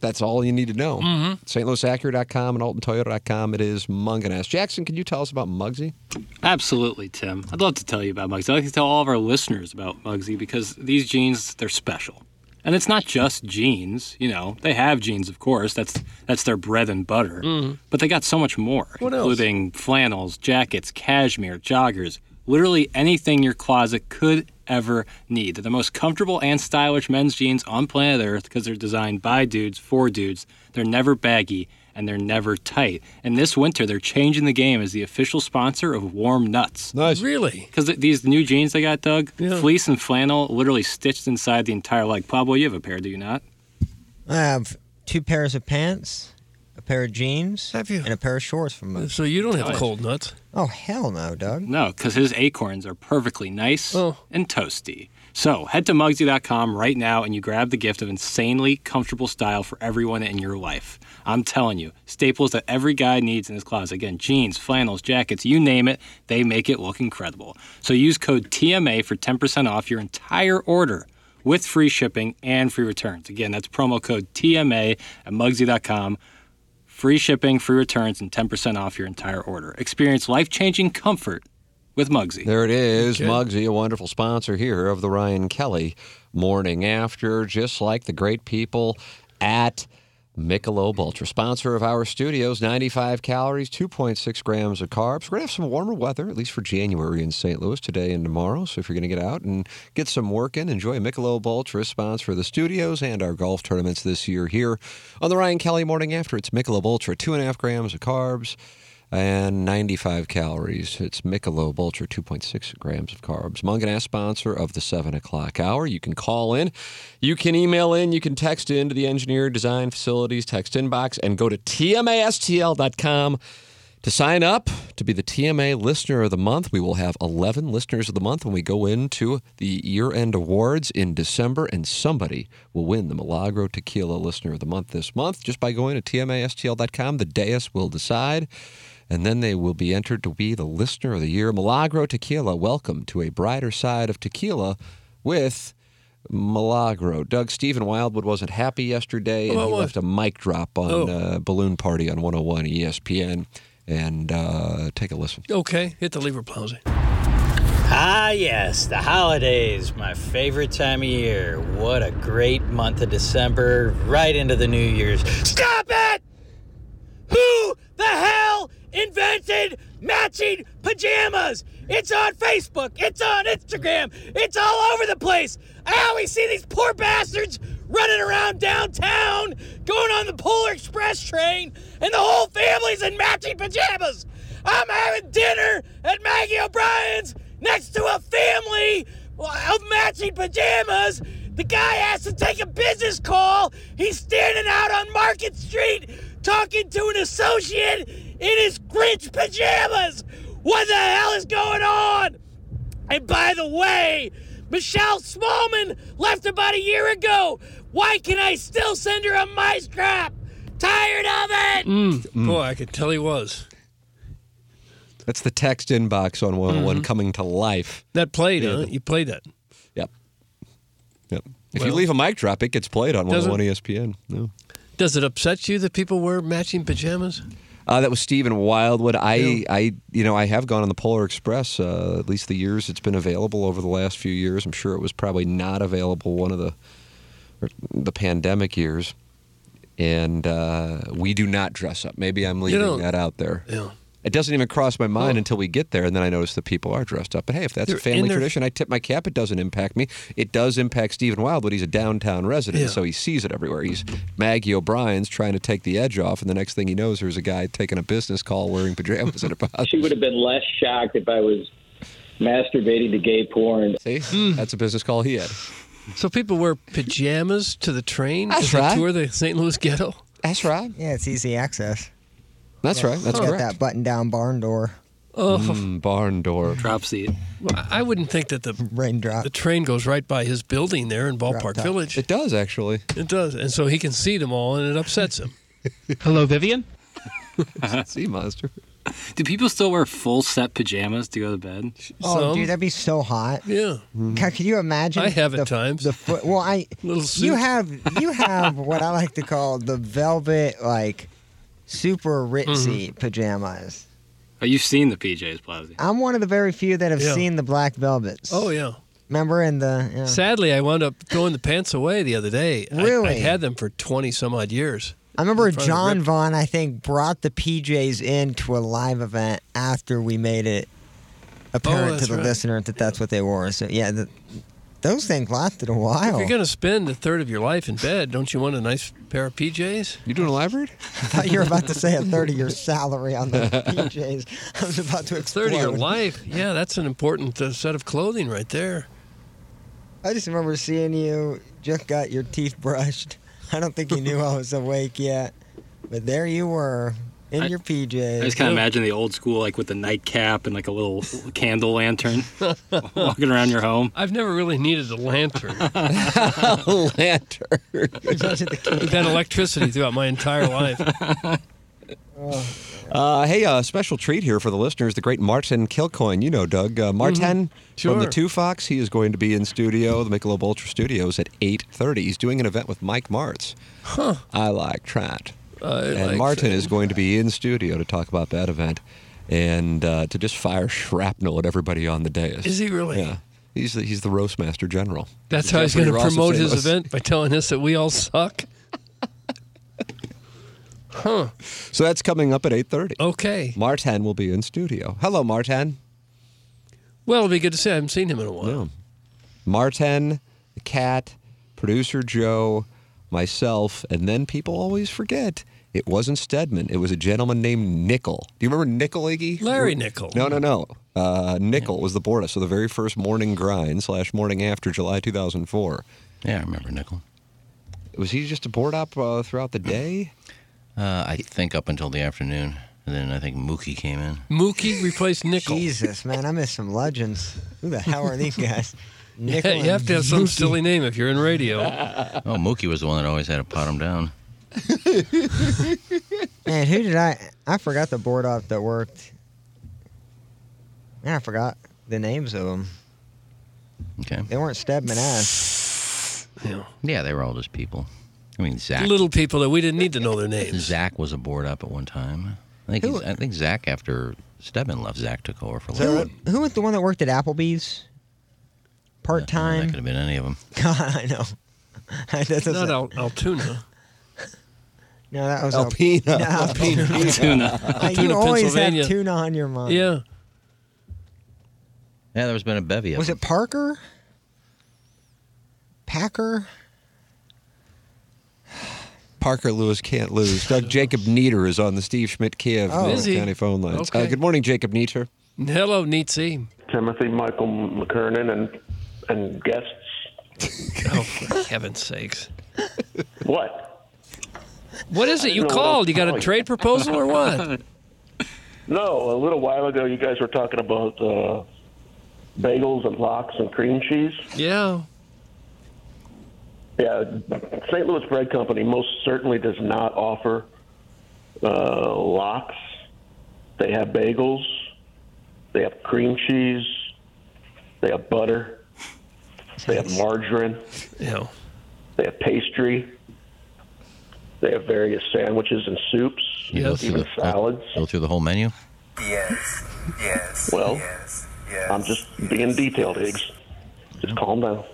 B: That's all you need to know. Mm-hmm. StLouisAcura.com and AltonToyota.com. It is Munganest. Jackson, can you tell us about Muggsy?
F: Absolutely, Tim. I'd love to tell you about Muggsy. I'd like to tell all of our listeners about Muggsy because these jeans, they're special. And it's not just jeans, you know. They have jeans, of course. That's that's their bread and butter. But they got so much more,
C: Mm-hmm. What else?
F: including flannels, jackets, cashmere, joggers, literally anything your closet could ever need. They're the most comfortable and stylish men's jeans on planet Earth because they're designed by dudes for dudes. They're never baggy and they're never tight. And this winter, they're changing the game as the official sponsor of Warm Nuts.
B: Nice.
C: Really?
F: Because th- these new jeans they got, Doug,
C: Yeah.
F: fleece and flannel literally stitched inside the entire leg. Pablo, you have a pair, do you not?
E: I have two pairs of pants, a pair of jeans,
C: Have you?
E: and a pair of shorts from. Us.
C: So you don't have
F: Nice.
C: cold nuts.
E: Oh hell no, Doug.
F: No, because his acorns are perfectly nice
C: Oh.
F: and toasty. So head to Mugsy.com right now and you grab the gift of insanely comfortable style for everyone in your life. I'm telling you, staples that every guy needs in his closet. Again, jeans, flannels, jackets, you name it, they make it look incredible. So use code TMA for 10% off your entire order with free shipping and free returns. Again, that's promo code TMA at Mugsy.com. Free shipping, free returns, and 10% off your entire order. Experience life changing comfort with Mugsy.
B: There it is. Muggsy, a wonderful sponsor here of the Ryan Kelly Morning After, just like the great people at Michelob Ultra, sponsor of our studios, 95 calories, 2.6 grams of carbs. We're going to have some warmer weather, at least for January in St. Louis today and tomorrow. So if you're going to get out and get some work in, enjoy Michelob Ultra, sponsor of the studios and our golf tournaments this year here on the Ryan Kelly Morning After. It's Michelob Ultra, 2.5 grams of carbs and 95 calories. It's Michelob Ultra, 2.6 grams of carbs. Munganass, sponsor of the 7 o'clock hour. You can call in, you can email in, you can text in to the Engineer Design Facilities text inbox, and go to tmastl.com to sign up to be the TMA Listener of the Month. We will have 11 Listeners of the Month when we go into the year end awards in December, and somebody will win the Milagro Tequila Listener of the Month this month just by going to tmastl.com. The dais will decide and then they will be entered to be the listener of the year. Milagro Tequila, welcome to a brighter side of tequila with Milagro. Doug, Stephen Wildwood wasn't happy yesterday, and
C: About
B: he
C: what?
B: left a mic drop on
C: Oh.
B: uh, Balloon Party on 101 ESPN. And uh, take a listen.
C: Okay, hit the lever, Plowsy.
I: Ah, yes, the holidays, my favorite time of year. What a great month of December, right into the New Year's. Stop it! Who the hell invented matching pajamas? It's on Facebook, it's on Instagram, it's all over the place. I always see these poor bastards running around downtown, going on the Polar Express train, and the whole family's in matching pajamas. I'm having dinner at Maggie O'Brien's next to a family of matching pajamas. The guy has to take a business call. He's standing out on Market Street talking to an associate in his Grinch pajamas. What the hell is going on? And by the way, Michelle Smallman left about a year ago. Why can I still send her a mice trap? Tired of it!
B: Mm.
C: Boy, I could tell he was.
B: That's the text inbox on 101
C: Mm-hmm.
B: coming to life.
C: That played,
B: Yeah.
C: huh? You played that.
B: Yep. Yep. If you
C: Well-
B: leave a mic drop, it gets played on
C: Doesn't-
B: 101 ESPN. No.
C: Does it upset you that people wear matching pajamas?
B: Uh, that was Stephen Wildwood. I, I, you know, I have gone on the Polar Express. Uh, at least the years it's been available over the last few years. I'm sure it was probably not available one of the or the pandemic years. And uh, we do not dress up. Maybe I'm leaving
C: know-
B: that out there.
C: Yeah.
B: It doesn't even cross my mind until we get there, and then I notice that people are dressed up. But hey, if that's
C: Oh. They're
B: a
C: in
B: family
C: their-
B: tradition, I tip my cap. It doesn't impact me. It does impact Stephen Wildwood. He's a downtown resident,
C: Yeah.
B: so he sees it everywhere. He's Maggie O'Brien's trying to take the edge off, and the next thing he knows, there's a guy taking a business call wearing pajamas at a bar.
J: She would have been less shocked if I was masturbating to gay porn.
B: See, that's a business call he had.
C: So people wear pajamas to the train
E: That's
C: as they
E: right.
C: tour the St. Louis ghetto.
B: That's right.
E: Yeah, it's easy access.
B: That's right. That's
E: got
B: correct.
E: that button-down barn door.
C: Oh,
B: Mm, barn door.
F: Drop seat.
C: Well, I I wouldn't think that the
E: raindrop
C: the train goes right by his building there in Ballpark
B: top.
C: Village.
B: It does actually.
C: It does, and so he can see them all, and it upsets him.
F: Hello, Vivian.
B: sea monster.
F: Do people still wear full set pajamas to go to bed?
E: Oh, dude, that'd be so hot.
C: Yeah.
E: God, could you imagine?
C: Mm-hmm. I have at
E: the,
C: times.
E: The foot. Well, I.
C: Little
E: You
C: suit.
E: have you have what I like to call the velvet like super ritzy
C: Mm-hmm.
E: pajamas.
F: Oh, you've seen the PJs, Plowsy.
E: I'm one of the very few that have
C: Yeah.
E: seen the black velvets.
C: Oh yeah.
E: Remember in the yeah.
C: Sadly, I wound up throwing the pants away the other day. I-
E: Really?
C: I'd had them for twenty some odd years.
E: I remember
C: Probably
E: John
C: ripped.
E: Vaughn, I think, brought the PJs in to a live event after we made it apparent
C: Oh, that's
E: to the
C: right.
E: listener that that's what they wore. So, yeah, the, those things lasted a
C: If
E: while.
C: you're gonna spend a third of your life in bed, don't you want a nice pair of PJs?
B: You doing a live read?
E: I thought you were about to say a third of your salary on those PJs. I was about to explode.
C: Third of your life. Yeah, that's an important uh, set of clothing right there.
E: I just remember seeing you just got your teeth brushed. I don't think you knew I was awake yet, but there you were in
F: I-
E: your PJs.
F: I just kind of imagine the old school, like with the nightcap and like a little candle lantern, walking around your home.
C: I've never really needed a lantern.
B: Lantern.
C: I've had electricity throughout my entire life.
B: Uh, hey, uh, special treat here for the listeners. The great Martin Kilcoin, you know Doug uh, Martin from the
C: Mm-hmm. Sure.
B: Two Fox. He is going to be in studio, the Michelob Ultra Studios, at eight thirty. He's doing an event with Mike Martz. Huh. I like Trent. and
C: like
B: Martin is going to be in studio to talk about that event and uh, to just fire shrapnel at everybody on the dais.
C: Is he really?
B: Yeah. He's the, he's the roast master general.
C: That's how he's going
B: Jeffrey
C: to
B: Ross of
C: promote
B: St.
C: his
B: Louis.
C: event by telling us that we all suck. Huh.
B: So that's coming up at 8.30.
C: Okay.
B: Martin will be in studio. Hello, Martin.
C: Well, it'll be good to see. I haven't seen him in a while.
B: Martin, the cat, producer Joe, myself, and then people always forget. It wasn't Stedman. It was a gentleman named Nickel. Do you remember Nickel, Iggy?
C: Larry Nickel.
B: No, no, no. Uh, Nickel was the board, so the very first morning grind slash morning after July 2004.
D: Yeah, I remember Nickel.
B: Was he just a board op uh, throughout the day?
D: Uh, I think up until the afternoon. And then I think Mookie came in.
C: Mookie replaced Nickel.
E: Jesus, man, I miss some legends. Who the hell are these guys? Nickel
C: you have
E: and
C: to have some
E: Mookie.
C: silly name if you're in radio.
D: Oh, Mookie was the one that always had to pot him down.
E: Man, who did I? I forgot the board op that worked. Man, I forgot the names of them.
D: Okay.
E: They weren't Stedman ass.
C: Yeah.
D: Yeah, they were all just people. I mean, Zach.
C: Little people that we didn't need to know their names.
D: Zach was a board up at one time. I think, he's, I think Zach, after Stedman left, Zach took over for a little
E: Who, who was the one that worked at Applebee's? Part
D: That
E: time.
D: could have been any of them.
E: God, I know. That doesn't-
C: Not Al- Altoona.
E: No, that was
C: Alpena.
E: No, Alpena.
C: Alpena. Altoona.
E: Like, you
C: Altoona,
E: always have
C: Pennsylvania.
E: tuna on your mind.
C: Yeah.
D: Yeah, there's been a bevy of
E: Was
D: them.
E: it Parker? Packer?
B: Parker Lewis can't lose. Doug Jacob Nieder is on the Steve Schmidt Kiev
C: Oh.
B: North
C: Is he?
B: County phone lines. Uh,
C: Okay.
B: good morning, Jacob Nieder.
C: Hello, Nietzsche.
K: Timothy Michael McKernan and and guests.
C: Oh, for heaven's sakes.
K: What?
C: What is it
K: I didn't
C: you
K: know what
C: called?
K: I
C: You got a
K: was
C: trade proposal or what?
K: No, a little while ago you guys were talking about uh, bagels and lox and cream cheese.
C: Yeah.
K: Yeah, St. Louis Bread Company most certainly does not offer uh, lox. They have bagels. They have cream cheese. They have butter. They have margarine.
C: Yeah.
K: They have pastry. They have various sandwiches and soups.
D: You go through
K: Even
D: the-
K: salads.
D: Go through the whole menu?
K: Yes. Yes. Well, I'm just being detailed, Higgs. Just calm down.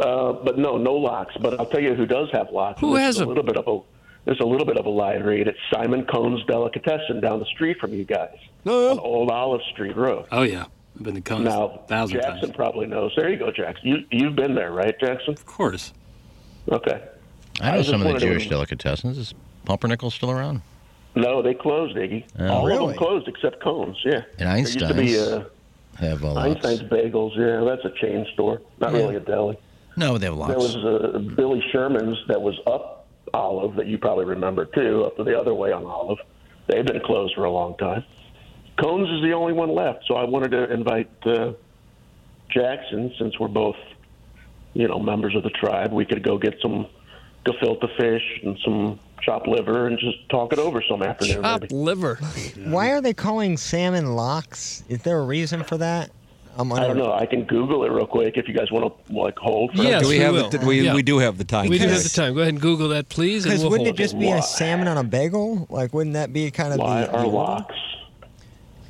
K: Uh, but no, no locks. But I'll tell you who does have locks.
C: Who
K: There's
C: has
K: a
C: 'em?
K: little bit of a there's a little bit of a lie read. It's Simon Cohn's Delicatessen down the street from you guys on Old Olive Street Road.
F: Oh yeah, I've been to Cones
K: Now,
F: Oh, a thousand
K: Jackson
F: times.
K: probably knows. There you go, Jackson. You you've been there, right, Jackson? Of
F: course.
K: Okay.
D: I
K: I
D: know
K: was just
D: some of the
K: wondering-
D: Jewish delicatessens. Is Pumpernickel still around?
K: No, they closed, Iggy.
D: Oh.
K: All of
D: Really?
K: them closed except Cohn's. Yeah.
D: And
K: There used to be
D: Einstein's
K: uh,
D: have a lot.
K: Einstein's Bagels, yeah, that's a chain store, not really a deli.
D: No, they have lots.
K: There was uh, Billy Sherman's that was up Olive that you probably remember too, up the other way on Olive. They've been closed for a long time. Cones is the only one left, so I wanted to invite uh, Jackson since we're both, you know, members of the tribe. We could go get some gefilte fish and some chopped liver and just talk it over some afternoon. maybe.
C: Chopped liver.
E: Why are they calling salmon locks? Is there a reason for that? I'm
K: I don't know. I can Google it real quick if you guys want to like hold. For
C: Yes,
B: do we, have
C: will.
B: The, did we,
C: Yeah.
B: we do have the time.
C: We do have
B: today.
C: the time. Go ahead and Google that, please. and
E: Because
C: we'll
E: wouldn't it
C: hold
E: just be a salmon on a bagel? Like, wouldn't that be kind of
K: Why
E: the,
K: are
E: the
K: locks?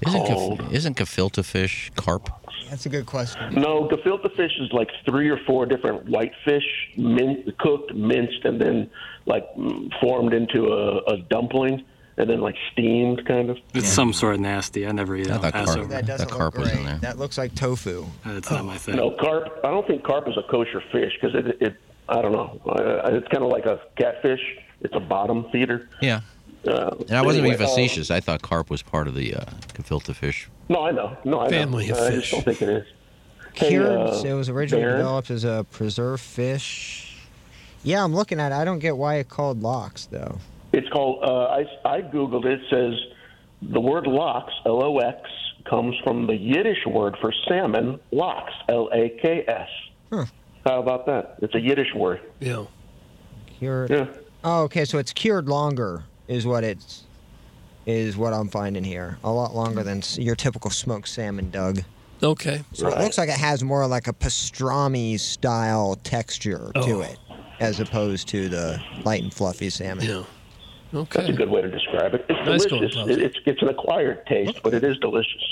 D: Isn't,
K: Cold.
D: gef- isn't gefilte fish carp?
E: That's a good question.
K: No, gefilte fish is like three or four different white fish, min- cooked, minced, and then like mm, formed into a, a dumpling, and then like steamed, kind of.
F: It's some sort of nasty. I never eat it. I pass over.
E: That doesn't look great. That looks like tofu.
F: That's not my thing.
K: No carp. I don't think carp is a kosher fish because it, it. I don't know. Uh, it's kind of like a catfish. It's a bottom feeder.
D: Yeah.
K: Uh,
D: And I wasn't
K: anyway,
D: being
K: uh,
D: facetious. I thought carp was part of the uh, gefilte fish.
K: no, I know. No, I know.
D: Family of
K: I
D: fish.
K: just don't think it is. Hey,
E: Cured.
K: uh,
E: it was originally
K: Darren?
E: developed as a preserved fish. Yeah, I'm looking at it. I don't get why it called locks though.
K: It's called. Uh, I I googled it. It says the word lox, L-O-X, comes from the Yiddish word for salmon, lox, L-A-K-S.
E: Huh.
K: How about that? It's a Yiddish word.
C: Yeah.
E: Cured.
K: Yeah.
E: Oh, okay. So it's cured longer is what it's is what I'm finding here. A lot longer than s- your typical smoked salmon, Doug.
C: Okay.
E: So it looks like it has more like a pastrami style texture
C: Oh.
E: to it, as opposed to the light and fluffy salmon.
C: Yeah.
K: That's a
C: Okay.
K: good way to describe it. It's
C: Nice going,
K: delicious.
C: Klaus.
K: It- it's it's an acquired taste, but it is delicious.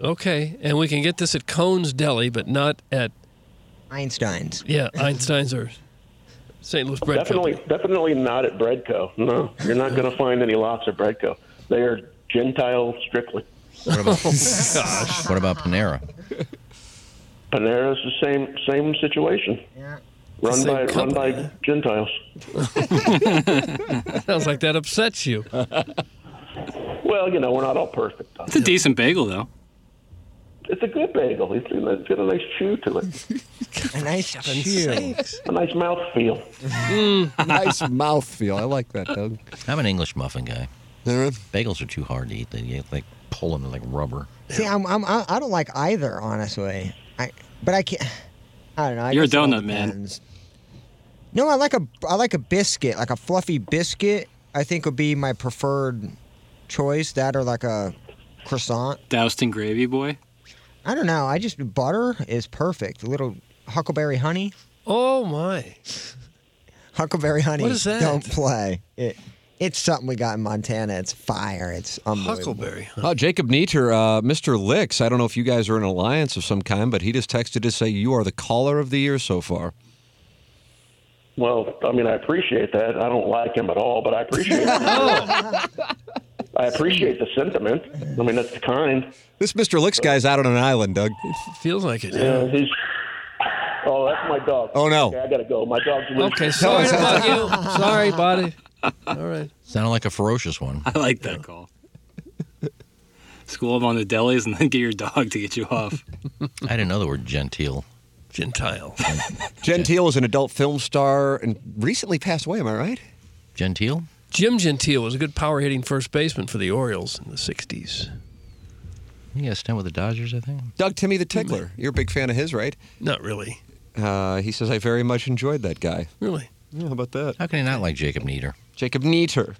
C: Okay. And we can get this at Cone's Deli, but not at
E: Einstein's.
C: yeah Einstein's or St. Louis Bread
K: definitely,
C: Company.
K: definitely not at Breadco. No, you're not going to find any lots at Breadco. They are Gentile strictly.
D: What about, what about Panera?
K: Panera's the same same situation. Run
C: Same
K: by run by
C: company.
K: Gentiles.
C: Sounds like that upsets you.
K: Well, you know we're not all perfect.
F: It's a decent bagel, though.
K: It's a good bagel. It's it's got a nice chew to it.
E: A nice chew.
K: A nice mouthfeel.
B: Mm, nice mouthfeel. I like that, Doug.
D: I'm an English muffin guy. Bagels are too hard to eat. They get like pull them like rubber.
E: See, I'm, I'm, I I don't like either, honestly. I, but I can't. I don't know. I
F: You're a
E: guess it all
F: donut man.
E: depends. No, I like a, I like a biscuit, like a fluffy biscuit. I think would be my preferred choice. That or like a croissant.
F: Doused in gravy, boy.
E: I don't know. I just butter is perfect. A little huckleberry honey.
C: Oh my!
E: Huckleberry honey.
C: What is that?
E: Don't play. It, it's something we got in Montana. It's fire. It's unbelievable. Huckleberry.
B: Oh, Jacob Nieter, uh, Mr. Licks. I don't know if you guys are in an alliance of some kind, but he just texted to say you are the caller of the year so far.
K: Well, I mean, I appreciate that. I don't like him at all, but I appreciate. I appreciate the sentiment. I mean, that's kind.
B: This Mr. Licks guy's out on an island, Doug.
C: Feels like it.
K: Yeah, he's. Oh, that's my dog.
B: Oh, no.
K: Okay, I gotta go. My dog's. whimpering.
C: Okay, sorry about you. Sorry, buddy. All right.
D: Sounded like a ferocious one.
F: I like that call. School them on the delis and then get your dog to get you off.
D: I didn't know the word genteel.
C: Gentile.
B: Gentile is an adult film star and recently passed away. Am I right?
D: Gentile?
C: Jim Gentile was a good power hitting first baseman for the Orioles in the 60s.
D: You got a stint with the Dodgers, I think.
B: Doug Timmy the Tickler. You're a big fan of his, right?
C: Not really.
B: Uh, he says I very much enjoyed that guy.
C: Really?
B: Yeah, how about that?
D: How can he not like Jacob Nieder?
B: Jacob Nieter.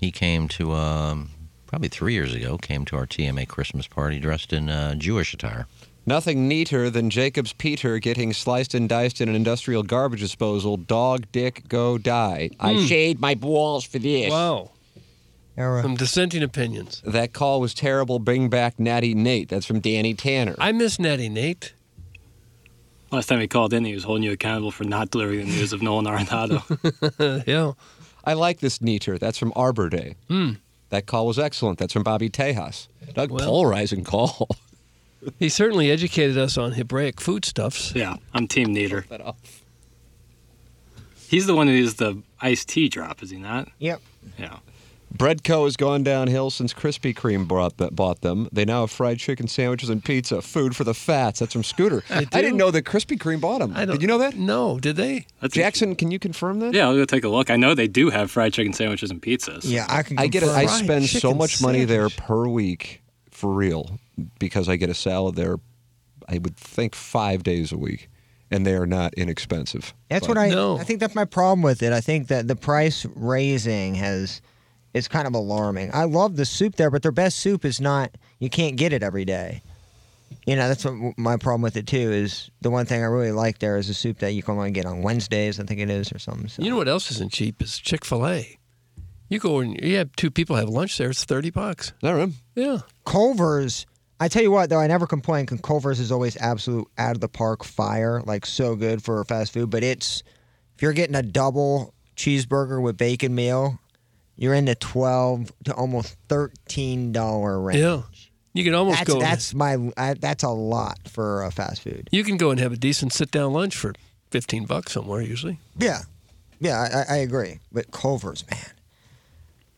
D: He came to um, probably three years ago. Came to our TMA Christmas party dressed in uh, Jewish attire.
B: Nothing neater than Jacob's Peter getting sliced and diced in an industrial garbage disposal. Dog, dick, go die. I
C: Hmm.
B: shaved my balls for this.
C: Wow. Some dissenting opinions.
B: That call was terrible. Bring back Natty Nate. That's from Danny Tanner.
C: I miss Natty Nate.
F: Last time he called in, he was holding you accountable for not delivering the news of Nolan Arenado.
C: Uh, yeah.
B: I like this neater. That's from Arbor Day.
C: Hmm.
B: That call was excellent. That's from Bobby Tejas. Doug, polarizing call.
C: He certainly educated us on Hebraic foodstuffs.
F: yeah, I'm Team Neater. He's the one who used the iced tea drop, is he not?
E: Yep.
F: Yeah.
B: Bread Co. has gone downhill since Krispy Kreme brought, th- bought them. They now have fried chicken sandwiches and pizza. Food for the fats. That's from Scooter.
C: They do?
B: I didn't know that Krispy Kreme bought them.
C: I don't-
B: Did you know that?
C: No, did they?
B: Jackson, can you confirm that?
F: Yeah, I'll go take a look. I know they do have fried chicken sandwiches and pizzas.
B: I get. A, I spend so much money there per week, for real, because I get a salad there. I would think five days a week, and they are not inexpensive.
E: That's
B: But-
E: what I. I think that's my problem with it. I think that the price raising has is kind of alarming. I love the soup there, but their best soup is not. You can't get it every day. You know, that's what my problem with it too. Is the one thing I really like there is the soup that you can only get on Wednesdays, I think it is, or something. So.
C: You know what else isn't cheap is Chick fil A. You go and you have two people have lunch there, it's 30 bucks.
B: I
C: Yeah.
E: Culver's. I tell you what, though, I never complain because Culver's is always absolute out of the park fire, like so good for fast food. But it's if you're getting a double cheeseburger with bacon meal, you're in the twelve to almost thirteen dollar range.
C: Yeah. You can almost
E: that's,
C: go.
E: That's my. I, that's a lot for uh, fast food.
C: You can go and have a decent sit down lunch for 15 bucks somewhere usually.
E: Yeah, yeah, I- I, I agree. But Culver's, man,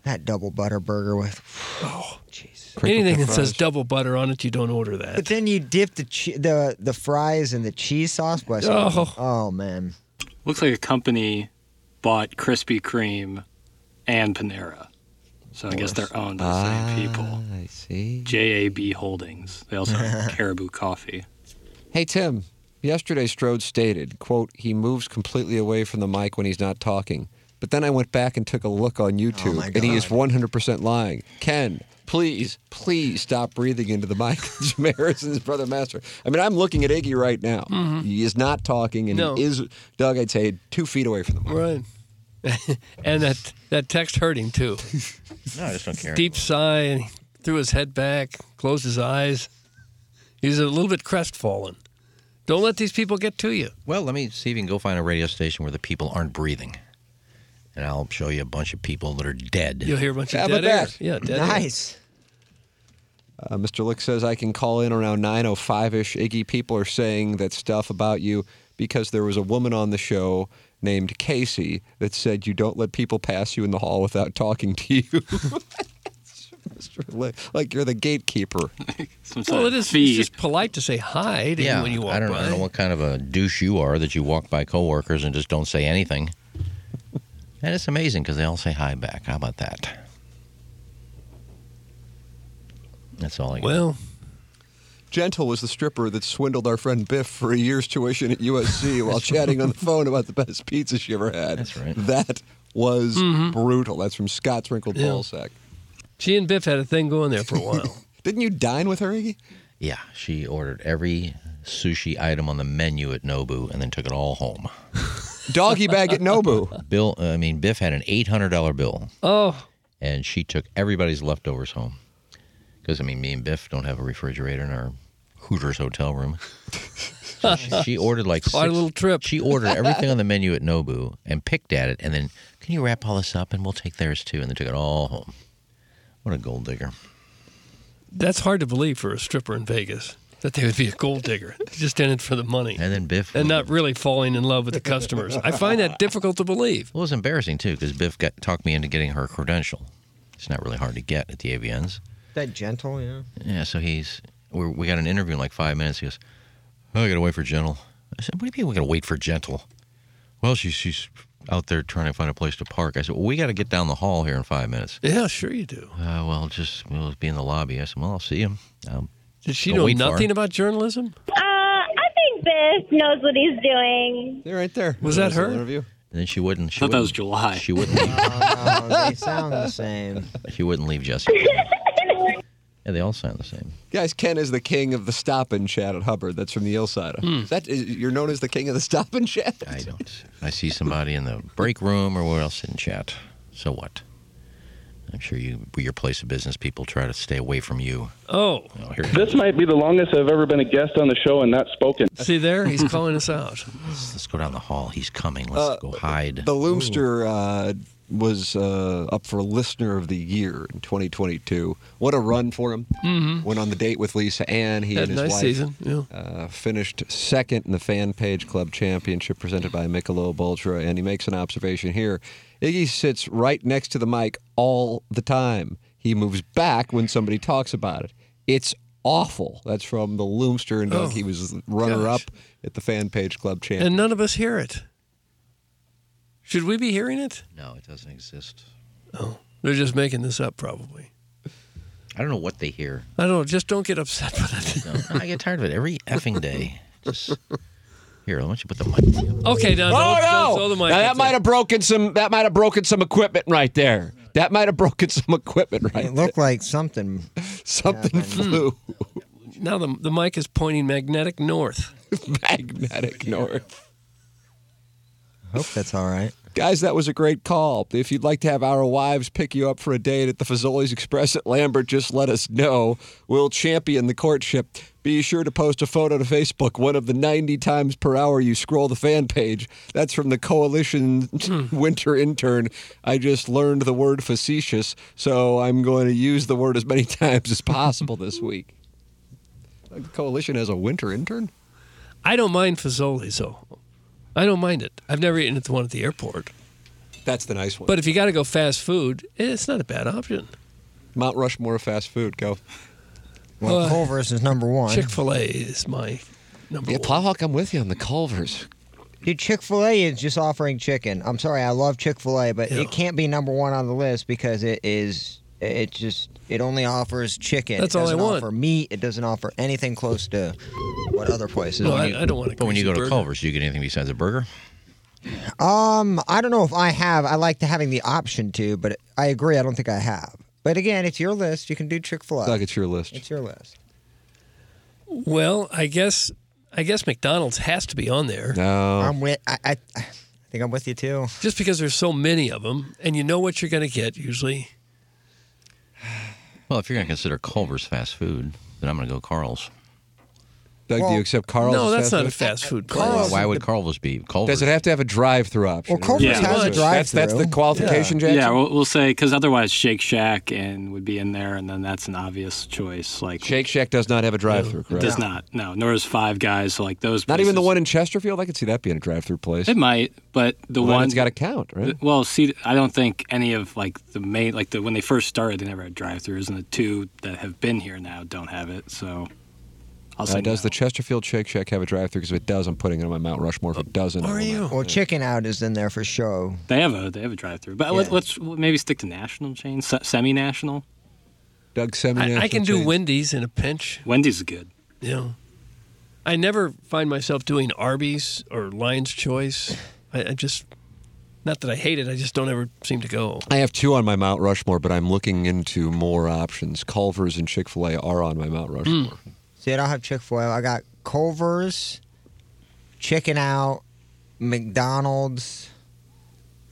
E: that double butter burger with. Oh, jeez.
C: Anything that says double butter on it, you don't order that.
E: But then you dip the che- the the fries in the cheese sauce. By
C: Oh.
E: oh. oh man,
F: Looks like a company bought Krispy Kreme and Panera. So I guess they're owned by the same people.
B: Ah, I see.
F: JAB Holdings. They also have Caribou Coffee.
B: Hey Tim, yesterday Strode stated, "quote He moves completely away from the mic when he's not talking." But then I went back and took a look on YouTube,
E: my
B: and he is 100% lying. Ken, please, please stop breathing into the mic. Jim Harrison's brother master. I mean, I'm looking at Iggy right now. He is not talking, and
C: No.
B: he is, Doug, I'd say, two feet away from the mic.
C: Right. and that that text hurt him too.
D: No, I just don't care.
C: Deep sigh and he threw his head back, closed his eyes. He was a little bit crestfallen. Don't let these people get to you.
D: Well, let me see if you can go find a radio station where the people aren't breathing. And I'll show you a bunch of people that are dead.
C: You'll hear a bunch of
B: How
C: dead
B: about
C: air.
B: that?
C: Yeah, dead air.
B: Nice. Uh, Mr. Lick says I can call in around 9:05 ish. Iggy, people are saying that stuff about you because there was a woman on the show named Casey that said you don't let people pass you in the hall without talking to you. Mr. Lick, like you're the gatekeeper.
C: Well, it is it's just polite to say hi to you when you walk
D: I don't, know-
C: by.
D: I don't know what kind of a douche you are that you walk by coworkers and just don't say anything. and it's amazing because they all say hi back. How about that? That's all I got.
C: Well,
B: Gentle was the stripper that swindled our friend Biff for a year's tuition at USC while chatting on the phone about the best pizza she ever had. That's right. That was brutal. That's from Scott's Wrinkled
C: Yeah.
B: Ballsack.
C: She and Biff had a thing going there for a while.
B: Didn't you dine with her, Iggy?
D: Yeah, she ordered every sushi item on the menu at Nobu and then took it all home.
B: Doggy bag at Nobu.
D: Bill, uh, I mean, Biff had an $800 bill
C: Oh,
D: and she took everybody's leftovers home. Because, I mean, me and Biff don't have a refrigerator in our Hooters hotel room. So she, she ordered like
C: Quite a
D: six-
C: little trip.
D: She ordered everything on the menu at Nobu and picked at it, and then can you wrap all this up and we'll take theirs too, and they took it all home. What a gold digger!
C: that's hard to believe for a stripper in Vegas that they would be a gold digger. They just in it for the money.
D: And then Biff
C: And not really falling in love with the customers. I find that difficult to believe.
D: Well, it was embarrassing too because Biff got, talked me into getting her credential. It's not really hard to get at the AVNs.
E: That gentle, yeah.
D: Yeah, so he's we're, we got an interview in like five minutes. He goes, "Oh, I gotta wait for Gentle." I said, "What do you mean we gotta wait for Gentle?" Well, she's she's out there trying to find a place to park. I said, "Well, we gotta get down the hall here in five minutes."
C: Yeah, sure you do.
D: Uh, well, just we'll be in the lobby. I said, "Well, I'll see him." Um,
C: Did she
D: I'll
C: know
D: wait for her.
C: nothing about journalism?
L: Uh, I think Biff knows what he's doing.
B: They're right there.
C: Was that her?
D: And then she wouldn't. She
F: thought that was
D: wouldn't-
F: July.
D: She wouldn't.
E: Oh, no, they sound the same.
D: she wouldn't leave Jesse. Yeah, they all sound the same.
B: Guys, Ken is the king of the stop and chat at Hubbard. That's from the Hillside.
C: Hmm.
B: Is that is, you're known as the king of the stop and chat.
D: I don't. I see somebody in the break room or where else in chat. So what? I'm sure you, your place of business, people try to stay away from you.
C: Oh,
M: This might be the longest I've ever been a guest on the show and not spoken.
C: see there? He's calling us out.
D: Let's, let's go down the hall. He's coming.
B: Uh,
D: Let's go hide.
B: The Loomster uh, was uh, up for Listener of the Year in 2022. What a run for him!
C: Mhm.
B: Went on the date with Lisa Ann. He
C: Had
B: and his
C: a nice
B: wife
C: season, yeah.
B: uh, finished second in the Fan Page Club Championship presented by Michelob Ultra, and he makes an observation here. Iggy sits right next to the mic all the time. He moves back when somebody talks about it. It's awful. That's from the Loomster, and Doug.
C: Oh,
B: he was runner up at the Fan Page Club Championship.
C: And none of us hear it. Should we be hearing it?
D: No, it doesn't exist.
C: Oh, they're just making this up, probably.
D: I don't know what they hear.
C: I don't know. Just don't get upset with it.
D: I get tired of it every effing day. Just here. Why don't you put the mic?
C: Okay, now
B: Oh
C: don't,
B: no!
C: don't throw the mic
B: Now,
C: at
B: that
C: them.
B: might have broken some. That might have broken some equipment right there. That might have broken some equipment right.
E: It looked like something.
B: Something flew.
C: Now the, the mic is pointing magnetic north.
B: magnetic north.
E: Hope that's all right.
B: Guys, that was a great call. If you'd like to have our wives pick you up for a date at the Fazoli's Express at Lambert, just let us know. We'll champion the courtship. Be sure to post a photo to Facebook one of the 90 times per hour you scroll the fan page. That's from the Coalition Winter Intern. I just learned the word facetious, so I'm going to use the word as many times as possible this week. The Coalition has a winter intern?
C: I don't mind Fazoli, so I don't mind it. I've never eaten at the one at the airport.
B: That's the nice one.
C: But if you got to go fast food, eh, it's not a bad option.
B: Mount Rushmore of fast food, go.
E: Well,
C: Uh,
E: Culver's is number one.
C: Chick fil A is my number
B: Oh, Yeah,
C: one.
B: Plowhawk, I'm with you on the Culvers.
E: Dude, Chick fil A is just offering chicken. I'm sorry, I love Chick fil A, but
C: Yeah.
E: it can't be number one on the list because it is. It just. It only offers chicken.
C: That's
E: it
C: all I
E: doesn't
C: want.
E: offer meat. It doesn't offer anything close to what other places.
C: No,
E: do.
C: I, I don't want
D: But when you go to Culver's, do you get anything besides a burger?
E: Um, I don't know if I have. I like to having the option to, but I agree. I don't think I have. But again, it's your list. You can do Chick Fil A.
B: Doug, it's your list.
E: It's your list.
C: Well, I guess I guess McDonald's has to be on there.
B: No.
E: I'm with. I, I, I think I'm with you too.
C: Just because there's so many of them, and you know what you're going to get usually.
D: Well, if you're going to consider Culver's fast food, then I'm going to go Carl's.
B: Doug, do you accept Carl's?
C: No, that's
B: as fast
C: not
B: food?
C: a fast food place.
D: Why, why would Carl's be? Culver's.
B: Does it have to have a drive-through option? That's, that's the qualification,
F: yeah.
B: Jackson.
F: Yeah, we'll, we'll say because otherwise Shake Shack and would be in there, and then that's an obvious choice. Like
B: Shake Shack does not have a drive-through,
F: It
B: correct?
F: does not. No, nor does Five Guys. So like those.
B: Not even the
F: places-
B: one in Chesterfield. I could see that being a drive-through place.
F: It might, but the
B: Well, then
F: one
B: it's gotta count, right?
F: th- well, see, I don't think any of like the main like the when they first started, they never had drive-throughs, and the two that have been here now don't have it. So I'll
B: Uh,
F: say
B: does the Chesterfield Shake Shack have a drive-through? Because if it does, I'm putting it on my Mount Rushmore. If it doesn't,
F: are you?
E: Well, Chicken Out is in there for show.
F: They have a uh, they have a drive-through, but let, let's maybe stick to national chains, se- semi-national.
B: Doug Semi.
C: I, I can do Wendy's in a pinch.
F: Wendy's is good.
C: Yeah. I never find myself doing Arby's or Lion's Choice. I, I just, not that I hate it, I just don't ever seem to go.
B: I have two on my Mount Rushmore, but I'm looking into more options. Culver's and Chick Fil A are on my Mount
C: Mm.
B: Rushmore.
E: See, I don't have Chick Fil A. I got Culver's, Chicken Out, McDonald's,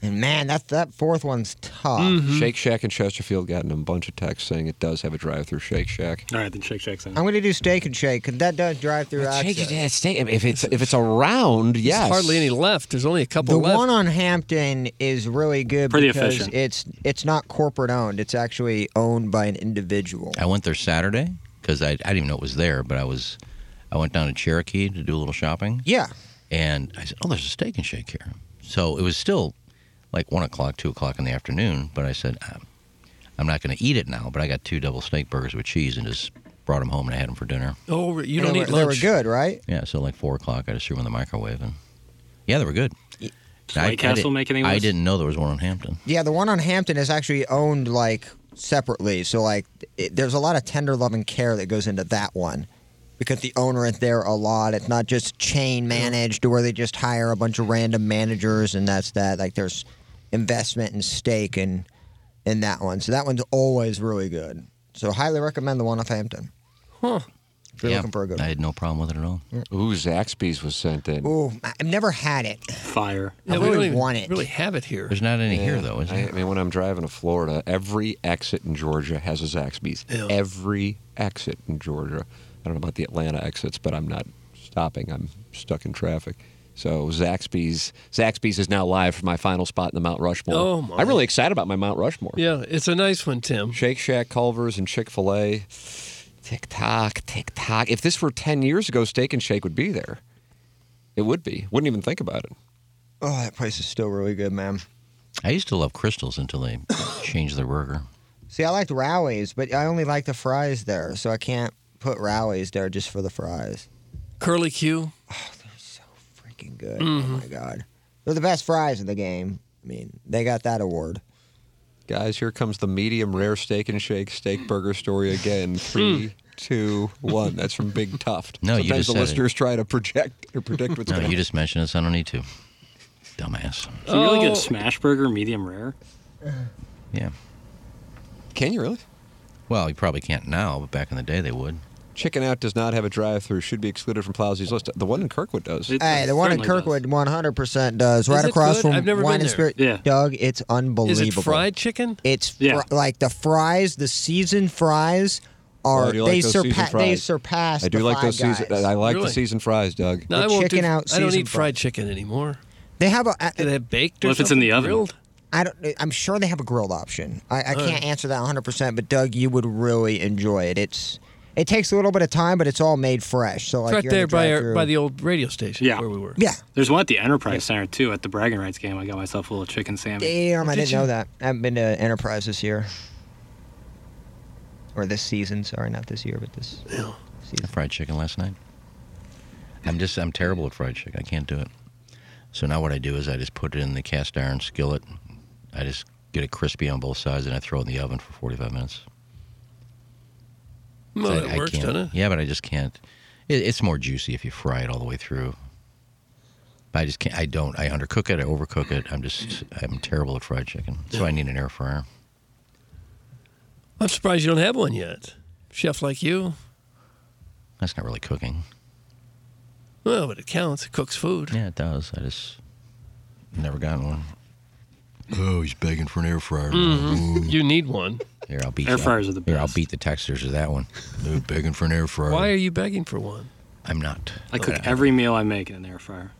E: and man, that that fourth one's tough.
F: Mm-hmm.
C: Mm-hmm.
B: Shake Shack and Chesterfield gotten a bunch of texts saying it does have a drive-through Shake Shack.
F: All right, then Shake Shack's in.
E: I'm gonna do Steak and Shake because that does drive through.
B: If it's if it's around,
E: There's yes. hardly any
C: left. There's only a couple
E: The one on Hampton is really good
D: Pretty
E: because
D: efficient.
E: it's it's not corporate owned. It's actually owned by an individual.
D: I went there Saturday because I, I didn't even know it was there, but I was I went down to Cherokee to do a little shopping.
E: Yeah.
D: And I said, "Oh, there's a steak and shake here." So it was still like one o'clock, two o'clock in the afternoon. But I said, "I'm, I'm not going to eat it now." But I got two double steak burgers with cheese and just brought them home and I had them for dinner.
C: Oh, you
E: And
C: don't
E: they
C: eat
E: were,
C: lunch.
E: They were good, right?
D: Yeah. So like four o'clock, I just threw them in the microwave and yeah, they were good. I- I
F: White Castle
D: didn't-
F: make any
D: I
F: worse?
D: didn't know there was one in Hampton.
E: Yeah, the one on Hampton is actually owned like separately. So like, it, there's a lot of tender love and care that goes into that one because the owner is there a lot. It's not just chain managed where they just hire a bunch of random managers and that's that. Like there's investment and stake in in that one. So that one's always really good. So highly recommend the one off Hampton.
C: Huh.
E: If you're looking for a good
D: I had no problem with it at all.
B: Ooh, Zaxby's was sent in.
E: Ooh, I- I've never had it.
F: Fire.
E: I
C: we
E: really
C: don't even
E: want it.
C: really have it here.
D: There's not any here though, is
B: I,
D: there?
B: I mean, when I'm driving to Florida, every exit in Georgia has a Zaxby's.
C: Yeah.
B: Every exit in Georgia. I don't know about the Atlanta exits, but I'm not stopping. I'm stuck in traffic. So Zaxby's, Zaxby's is now live for my final spot in the Mount Rushmore.
C: Oh, my.
B: I'm really excited about my Mount Rushmore.
C: Yeah, it's a nice one, Tim.
B: Shake Shack, Culver's, and Chick Fil A. Tick tock, tick tock. If this were ten years ago, Steak and Shake would be there. It would be. Wouldn't even think about it.
E: Oh, that place is still really good, man.
D: I used to love Crystals until they changed their burger.
E: See, I liked Rowley's, but I only like the fries there, so I can't put Rowley's there just for the fries.
C: Curly Q.
E: Freaking good.
B: Mm-hmm.
E: Oh my god. They're the best fries in the game. I mean, they got that award.
B: Guys, here comes the medium rare steak and shake steak burger story again. Three, two, one. That's from Big Tuft.
D: Hmm. No, you
B: Sometimes
D: just
B: the
D: said it.
B: listeners try to project or predict what's
D: No,
B: going
D: you
B: to
D: just mentioned this. I don't need to. Dumbass.
F: Can you really get
C: Oh.
F: a smash burger medium rare?
D: Yeah.
B: Can you really?
D: Well, you probably can't now, but back in the day they would.
B: Chicken Out does not have a drive through, should be excluded from Plowsy's list. The one in Kirkwood does.
E: Hey, the one in Kirkwood 100% does. Right
B: it
E: across
B: good?
E: from
B: I've never
E: Wine
B: been
E: and
B: there.
E: Spirit. Doug, it's unbelievable.
C: fried chicken?
E: It's fr- like the fries, the seasoned fries are
B: Oh, I do
E: they
B: like those seasoned
E: surpass they
B: fries.
E: surpass
B: I do
E: the
B: like
E: Five
B: those season.
E: Guys.
B: I like the
C: Really?
B: seasoned fries, Doug.
C: No, I won't
E: chicken
C: do,
E: out
C: I don't
E: seasoned
C: eat fried chicken anymore.
E: They have a.
C: Do they have baked or
F: Well, if it's in the oven.
C: something? Grilled?
E: I don't. I'm sure they have a grilled option. I, I
C: All
E: can't
C: right.
E: answer that 100, percent but Doug, you would really enjoy it. It's it takes a little bit of time, but it's all made fresh. So
C: It's
E: like
C: right
E: you're
C: there
E: in the
C: by, our,
E: drive-thru.
C: by the old radio station
F: Yeah.
C: where we were.
E: yeah.
F: There's one at the Enterprise Center too. At the bragging rights game, I got myself a little chicken sandwich.
E: Damn, I
F: Did
E: didn't
F: you?
E: know that. I haven't been to Enterprise this year, or this season. Sorry, not this year, but this.
D: I fried chicken last night. I'm just I'm terrible at fried chicken. I can't do it. So now what I do is I just put it in the cast iron skillet. I just get it crispy on both sides and I throw it in the oven for 45 minutes.
C: Well,
D: I-
C: that
D: I
C: works,
D: can't-
C: doesn't it?
D: Yeah, but I just can't. It, it's more juicy if you fry it all the way through. But I just can't. I don't. I undercook it. I overcook it. I'm just. I'm terrible at fried chicken. So I need an air fryer.
C: I'm surprised you don't have one yet. Chef like you.
D: That's not really cooking.
C: Well, but it counts. It cooks food.
D: Yeah, it does. I just never gotten one. Oh, he's begging for an air fryer.
C: Mhm.
E: Mm.
C: you need one.
D: Here, I'll beat
C: Air
D: you.
C: fryers are the
D: Here, I'll beat the texters of that one. They're begging for an air fryer.
C: Why are you begging for one?
D: I'm not.
F: I cook every meal I make in an air fryer.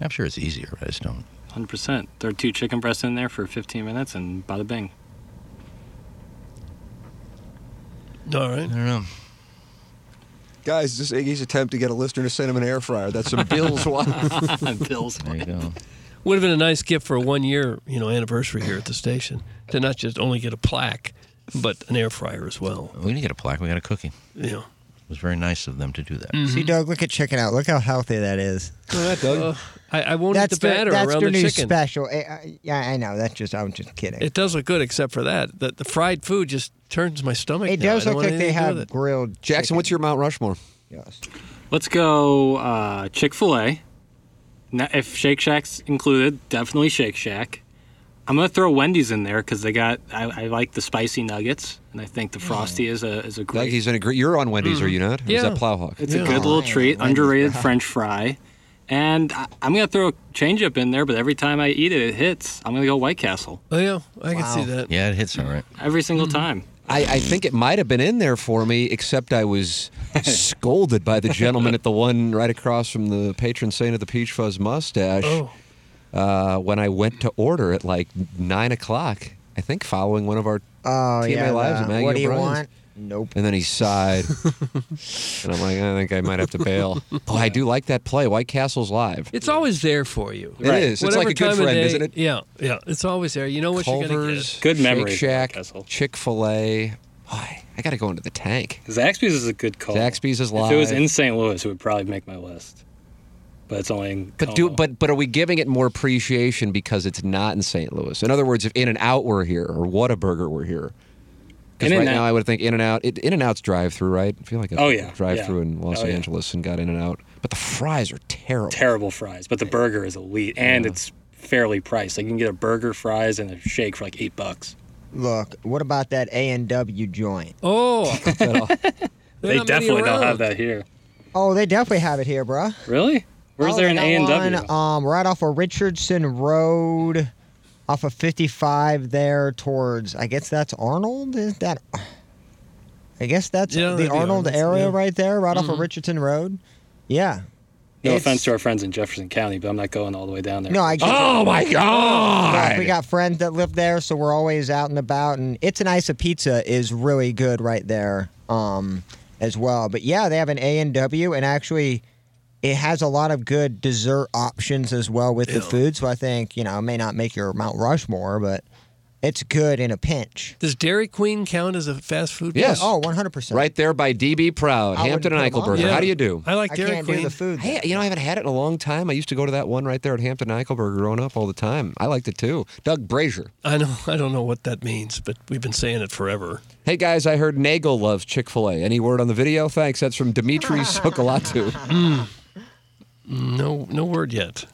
D: I'm sure it's easier, but I just don't.
F: 100%. Throw two chicken breasts in there for 15 minutes and bada bing.
C: All right. I
D: don't know.
N: Guys, this is Iggy's attempt to get a listener to send him an air fryer. That's some Bill's wife.
F: Bill's
D: There you go.
C: Would have been a nice gift for a one year, you know, anniversary here at the station to not just only get a plaque, but an air fryer as well.
D: We didn't get a plaque. We got a cookie.
C: Yeah.
D: It was very nice of them to do that.
C: Mm-hmm.
E: See, Doug, look at chicken out. Look how healthy that is.
C: Uh, I, I won't
E: that's
C: eat the batter
E: their, that's
C: around
E: their
C: the
E: new
C: chicken.
E: special. Eh, uh, yeah, I know. That's just I'm just kidding.
C: It does look good, except for that. The, the fried food just turns my stomach.
E: It
C: now. I
E: does
C: don't
E: look
C: want
E: like they
C: anything to do
E: have
C: with it.
E: grilled.
B: Jackson, what's your Mount Rushmore?
E: Yes.
F: Let's go uh, Chick fil A. If Shake Shack's included, definitely Shake Shack. I'm going to throw Wendy's in there because they got, I, I like the spicy nuggets, and I think
B: Mm.
F: the Frosty is a, is a great.
B: He's in a gr- you're on Wendy's,
C: Mm-hmm.
B: are you not? Or is that Plowhawk?
F: It's a good little treat, underrated
B: Wow.
F: French fry. And I, I'm going to throw a change up in there, but every time I eat it, it hits. I'm going to go White Castle.
C: Oh yeah, I can see that.
D: Yeah, it hits all right.
F: Every single time.
B: I, I think it might have been in there for me, except I was scolded by the gentleman at the one right across from the patron saint of the Peach Fuzz mustache
C: Oh.
B: uh, when I went to order at like 9 o'clock, I think following one of our
E: Oh
B: TMA
E: yeah.
B: Lives
E: the-
B: at Maggie
E: what do you
B: O'Brien's.
E: want? Nope.
B: And then he sighed. and I'm like, I think I might have to bail. Oh, I do like that play. White Castle's live.
C: It's always there for you.
B: It Right. is. It's like a good
C: time of
B: friend,
C: day-
B: isn't it?
C: Yeah, yeah. It's always there. You know what you're gonna
B: Culver's,
C: get.
B: Shake Shack, Chick Fil A. Why? I got to go into the tank.
F: Zaxby's is a good call.
B: Zaxby's is
F: If it was
B: live.
F: in St. Louis, it would probably make my list. But it's only in
B: But do but but are we giving it more appreciation because it's not in St. Louis? In other words, if In and Out were here or Whataburger were here, because right
F: In-N-Out-
B: now I would think In and Out. In and Out's drive through, right? I feel like I
F: Oh, yeah.
B: drive through
F: Yeah.
B: in Los
F: Oh, yeah.
B: Angeles and got In and Out. But the fries are terrible.
F: terrible fries, but the burger is elite and it's fairly priced. Like you can get a burger, fries, and a shake for like eight bucks.
E: Look, what about that A and W joint?
C: Oh,
F: They definitely don't have that here.
E: Oh, they definitely have it here, bruh.
F: Really? Where's
E: Oh,
F: there
E: they
F: an A
E: got
F: and W?
E: one, Um, right off of Richardson Road, off of 55 there towards. I guess that's Arnold. Is that? I guess that's
F: Yeah,
E: the
F: that'd be
E: Arnold
F: Arnold's,
E: area
F: yeah.
E: right there, right off
F: Mhm.
E: of Richardson Road. Yeah.
F: No
E: It's-
F: offense to our friends in Jefferson County, but I'm not going all the way down there.
E: No, I. Get
F: Oh my god!
E: Look, we got friends that live there, so we're always out and about. And it's an ice of pizza is really good right there, um, as well. But yeah, they have an A and W, and actually, it has a lot of good dessert options as well with the food. So I think you know it may not make your Mount Rushmore, but it's good in a pinch.
C: Does Dairy Queen count as a fast food?
B: Yes.
E: Oh, 100%.
B: Right there by DB Proud,
E: I
B: Hampton and
E: wouldn't put 'em on
B: Eichelberger.
E: there.
B: How do you do?
C: I like Dairy Queen.
E: food.
B: Hey, you know, I haven't had it in a long time. I used to go to that one right there at Hampton and Eichelberger growing up all the time. I liked it too. Doug Brazier.
C: I know. I don't know what that means, but we've been saying it forever.
B: Hey guys, I heard Nagel loves Chick fil A. Any word on the video? Thanks. That's from Dimitri Sokolatu.
C: No, no word yet.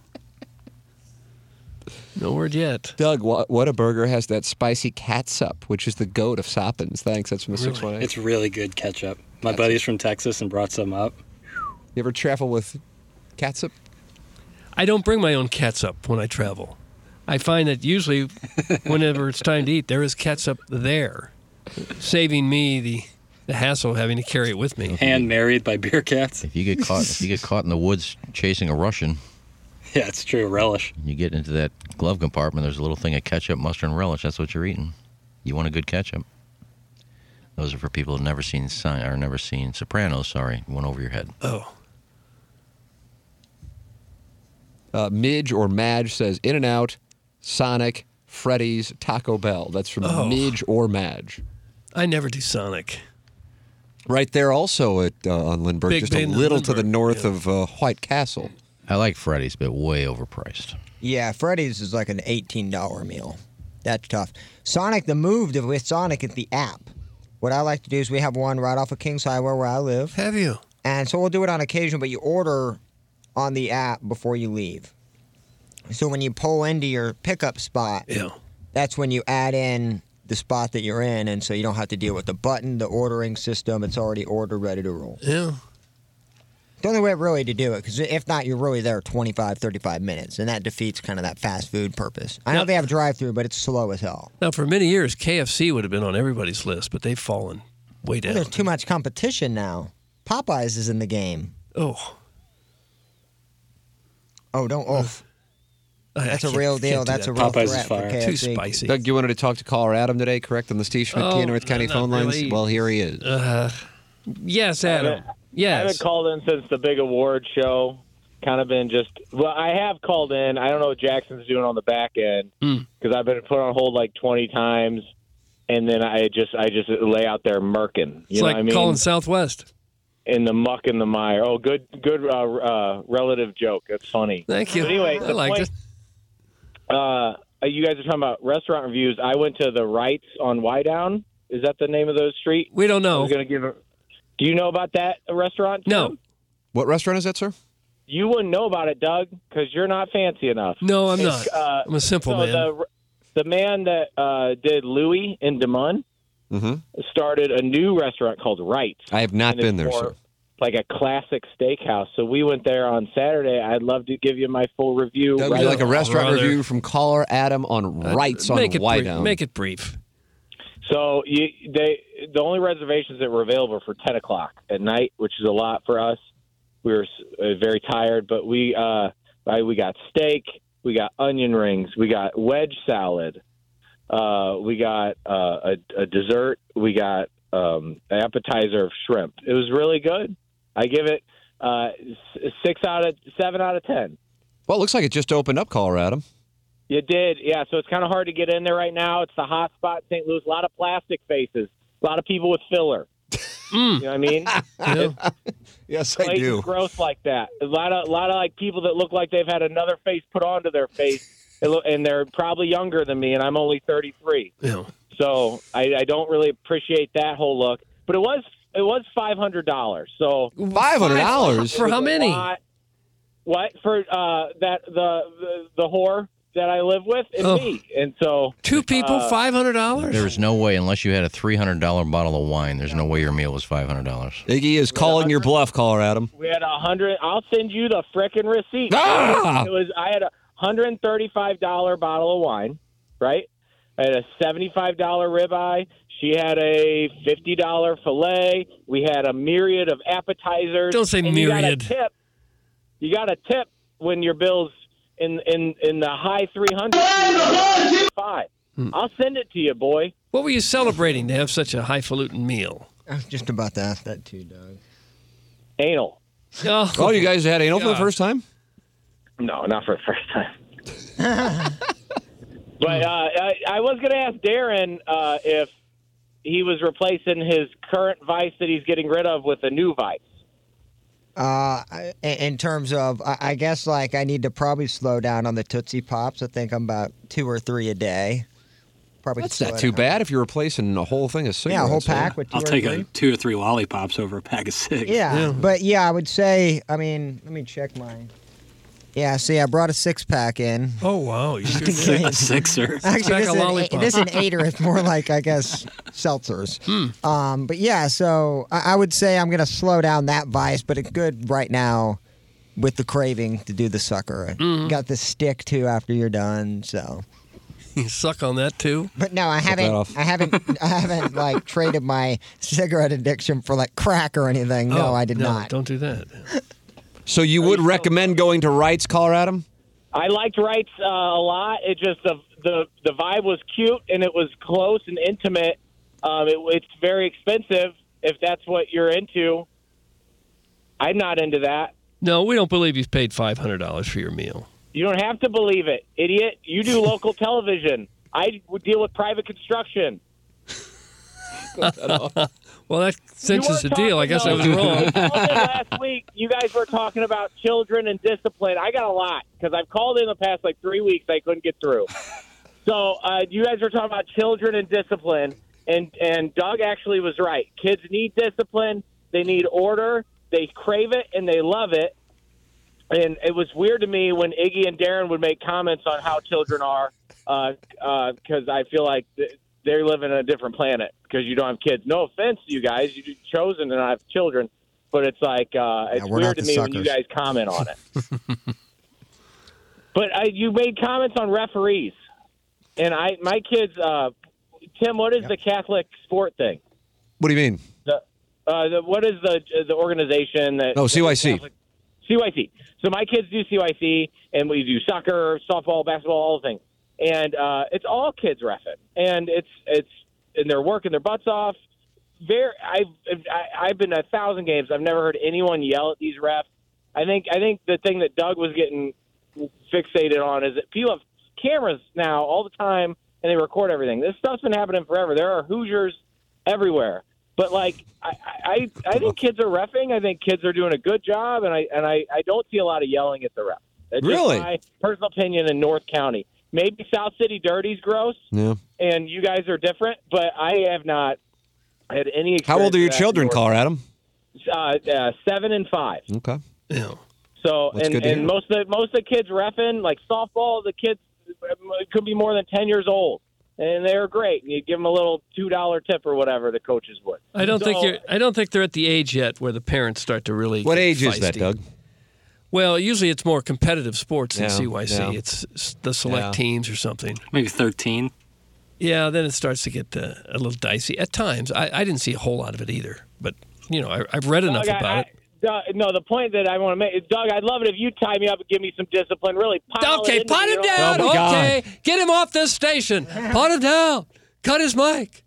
C: No word yet.
B: Doug, what, what a burger has that spicy catsup, which is the goat of Soppins. Thanks. That's from the 618.
F: It's really good ketchup. My buddy's from Texas and brought some up.
B: You ever travel with catsup?
C: I don't bring my own catsup when I travel. I find that usually, whenever it's time to eat, there is catsup there, saving me the, the hassle of having to carry it with me.
F: Hand married by beer cats.
D: If you get caught, if you get caught in the woods chasing a Russian,
F: Yeah, it's true. Relish.
D: you get into that glove compartment. There's a little thing of ketchup, mustard, and relish. That's what you're eating. You want a good ketchup. Those are for people who've never seen sign or never seen Sopranos. Sorry, went over your head.
C: Oh.
B: Uh, Midge or Madge says In and Out, Sonic, Freddy's, Taco Bell. That's from
C: Oh.
B: Midge or Madge.
C: I never do Sonic.
B: Right there, also at uh, on Lindbergh,
C: Big
B: just
C: Bend
B: a
C: and
B: little to the
C: Lindbergh,
B: north of uh, White Castle.
D: I like Freddy's, but way overpriced.
E: Yeah, Freddy's is like an eighteen dollar meal. That's tough. Sonic the Move the- with Sonic at the app. What I like to do is we have one right off of Kings Highway where I live.
C: Have you?
E: And so we'll do it on occasion, but you order on the app before you leave. So when you pull into your pickup spot,
C: yeah.
E: that's when you add in the spot that you're in, and so you don't have to deal with the button, the ordering system. It's already ordered, ready to roll.
C: Yeah.
E: The only way really to do it, because if not, you're really there 25, 35 minutes, and that defeats kind of that fast food purpose. I know they have drive through, but it's slow as hell.
C: Now, for many years, KFC would have been on everybody's list, but they've fallen way
E: Well,
C: down.
E: there's too much competition now. Popeyes is in the game.
C: Oh.
E: Oh, don't oof.
C: I- I
E: That's a
C: can't-
E: real
C: can't
E: deal.
C: do
E: That's
C: that.
E: a real
C: Popeyes is
E: threat for
C: fire. Too
E: KFC.
C: spicy.
B: Doug, you wanted to talk to caller Adam today, correct? On the Steve Schmidt
C: Oh,
B: North County
C: no,
B: phone
C: not
B: lines.
C: really.
B: Well, here he is.
C: Uh, yes, Adam.
O: I haven't
C: Yes.
O: called in since the big award show. Kind of been just well, I have called in. I don't know what Jackson's doing on the back end
C: Hmm.
O: because I've been put on hold like twenty times, and then I just I just lay out there murking. You
C: It's
O: know
C: like
O: what I mean?
C: calling Southwest.
O: in the muck and the mire. Oh, good, good uh, uh, relative joke. That's funny.
C: Thank you.
O: But anyway,
C: I
O: the
C: liked
O: point, Uh, you guys are talking about restaurant reviews. I went to the Rights on Wydown. Is that the name of those street?
C: We don't know.
O: I was gonna give. A, do you know about that restaurant? No.
B: What restaurant is that, sir?
O: You wouldn't know about it, Doug, because you're not fancy enough.
C: No, I'm
O: It's, uh,
C: not. I'm a simple
O: so
C: man.
O: The, the man that uh, did Louis in Des Moines
B: Mm-hmm.
O: started a new restaurant called Rights.
B: I have not
O: And it's
B: been there,
O: more
B: sir.
O: Like a classic steakhouse. So we went there on Saturday. I'd love to give you my full review.
B: That would be like a restaurant review from caller Adam on Rights on
O: make it brief-
B: Wydown.
O: make
C: it brief.
O: So you, they, the only reservations that were available for ten o'clock at night, which is a lot for us. We were uh, very tired, but we uh, I- we got steak, we got onion rings, we got wedge salad, uh, we got uh, a, a dessert, we got um, an appetizer of shrimp. It was really good. I give it uh, s- six out of seven out of ten.
B: Well, it looks like it just opened up, caller Adam.
O: You did, yeah. So it's kind of hard to get in there right now. It's the hot spot in St. Louis. A lot of plastic faces. A lot of people with filler. You know what I mean?
N: yes,
O: I do. Gross like that. A lot of, a lot of like people that look like they've had another face put onto their face, It loo- and they're probably younger than me, and I'm only 33.
C: Yeah.
O: So I, I don't really appreciate that whole look. But it was it was five hundred dollars. So
B: five hundred dollars? For how many?
O: What for? Uh, that the, the the whore that I live with and
C: Oh.
O: me, and so
C: Two people,
O: uh,
C: five hundred dollars.
D: There's no way, unless you had a three hundred dollar bottle of wine. There's no way your meal was five hundred dollars.
B: Iggy is calling your bluff, caller Adam.
O: We had a hundred. I'll send you the frickin' receipt.
B: Ah!
O: It was. I had a hundred and thirty-five dollar bottle of wine, right? I had a seventy-five dollar ribeye. She had a fifty dollar fillet. We had a myriad of appetizers.
C: Don't say
O: And you got a
C: myriad.
O: tip. You got a tip when your bills in in in the high three hundred. Five. I'll send it to you, boy.
C: What were you celebrating to have such a highfalutin meal?
E: I was just about to ask that too, Doug.
O: Anal.
C: Oh,
B: Oh, you guys had anal for the
O: Yeah.
B: first time?
O: No, not for the first time. But
E: Hmm.
O: uh, I, I was going to ask Darren uh, if he was replacing his current vice that he's getting rid of with a new vice.
E: Uh, I- in terms of, I I guess like I need to probably slow down on the Tootsie Pops. I think I'm about two or three a day. Probably
B: That's
E: slow
B: not
E: it
B: too
E: down.
B: bad if you're replacing the whole thing of cigarettes.
E: Yeah, a whole pack with two
F: I'll
E: or
F: take
E: three.
F: a two or three lollipops over a pack of six.
E: Yeah, but yeah, I would say. I mean, let me check mine. Yeah, see, I brought a six pack in.
C: Oh wow, you
E: sure did.
F: a sixer.
E: Actually, this is, an,
C: lollipop.
E: this is an eighter. It's more like I guess seltzers.
C: Hmm.
E: Um, but yeah, so I, I would say I'm gonna slow down that vice, but it's good right now with the craving to do the sucker. I
C: Mhm.
E: Got the stick too after you're done. So,
C: You suck on that too.
E: but no, I
C: Flip that
E: haven't.
C: off.
E: I haven't. I haven't like traded my cigarette addiction for like crack or anything. No,
B: Oh,
E: I did
B: no,
E: not.
C: Don't do that.
B: So you would recommend going to Rights, caller Adam?
O: I liked Wrights uh, a lot. It just the, the the vibe was cute and it was close and intimate. Um, it, it's very expensive if that's what you're into. I'm not into that.
C: No, we don't believe you've paid five hundred dollars for your meal.
O: You don't have to believe it, idiot. You do local television. I would deal with private construction.
C: well, that cinches the
O: were
C: deal. I
O: talking,
C: guess I
O: though,
C: was wrong.
O: all day last week, you guys were talking about children and discipline. I got a lot because I've called in the past like three weeks. I couldn't get through. So uh, you guys were talking about children and discipline, and and Doug actually was right. Kids need discipline. They need order. They crave it and they love it. And it was weird to me when Iggy and Darren would make comments on how children are, because uh, uh, I feel like th- they live in a different planet because you don't have kids. No offense to you guys, you've chosen to not have children, but it's like uh, it's
E: we're
O: weird
E: not
O: to
E: the
O: me when you guys
E: suckers.
O: comment on it. but I, you made comments on referees, and I my kids. Uh, Tim, what is the Catholic sport thing?
B: What do you mean?
O: The Uh, the, what is the the organization that?
P: No, CYC.
O: CYC. So my kids do CYC, and we do soccer, softball, basketball, all the things. And uh, it's all kids ref it, and it's it's and they're working their butts off. Very, I've I, I've been to a thousand games. I've never heard anyone yell at these refs. I think I think the thing that Doug was getting fixated on is that people have cameras now all the time, and they record everything. This stuff's been happening forever. There are Hoosiers everywhere. But like I, I, I think kids are refing. I think kids are doing a good job, and I and I, I don't see a lot of yelling at the ref. That's just
P: Really?
O: my personal opinion in North County. Maybe South City Dirty's gross,
P: Yeah.
O: and you guys are different. But I have not had any.
P: How old are
O: experience with
P: your
O: that
P: children,
O: in
P: Colorado?
O: North- Uh, uh, seven and five.
P: Okay.
O: So
P: That's
O: and,
P: good to
O: and
P: hear.
O: most of the, most of the kids refing like softball, the kids uh, could be more than ten years old, and they're great. You give them a little two dollar tip or whatever the coaches would.
C: I don't think
O: So-
C: you're. I don't think they're at the age yet where the parents start to really.
P: What
C: get
P: age is that,
C: feisty.
P: Doug?
C: Well, usually it's more competitive sports than
F: Yeah,
C: CYC.
F: yeah.
C: It's s- the select
F: Yeah.
C: teams or something.
F: Maybe 13.
C: Yeah, then it starts to get uh, a little dicey at times. I, I didn't see a whole lot of it either, but you know, I, I've read enough
O: Doug, I-
C: about
O: I-
C: it.
O: Doug, no, the point that I want to make, Doug, I'd love it if you tie me up and give me some discipline. Really, pile it
C: Okay,
O: into
C: pot
O: me.
C: him
O: You know-
C: down. okay, get him off this station. Pot him down. Cut his mic.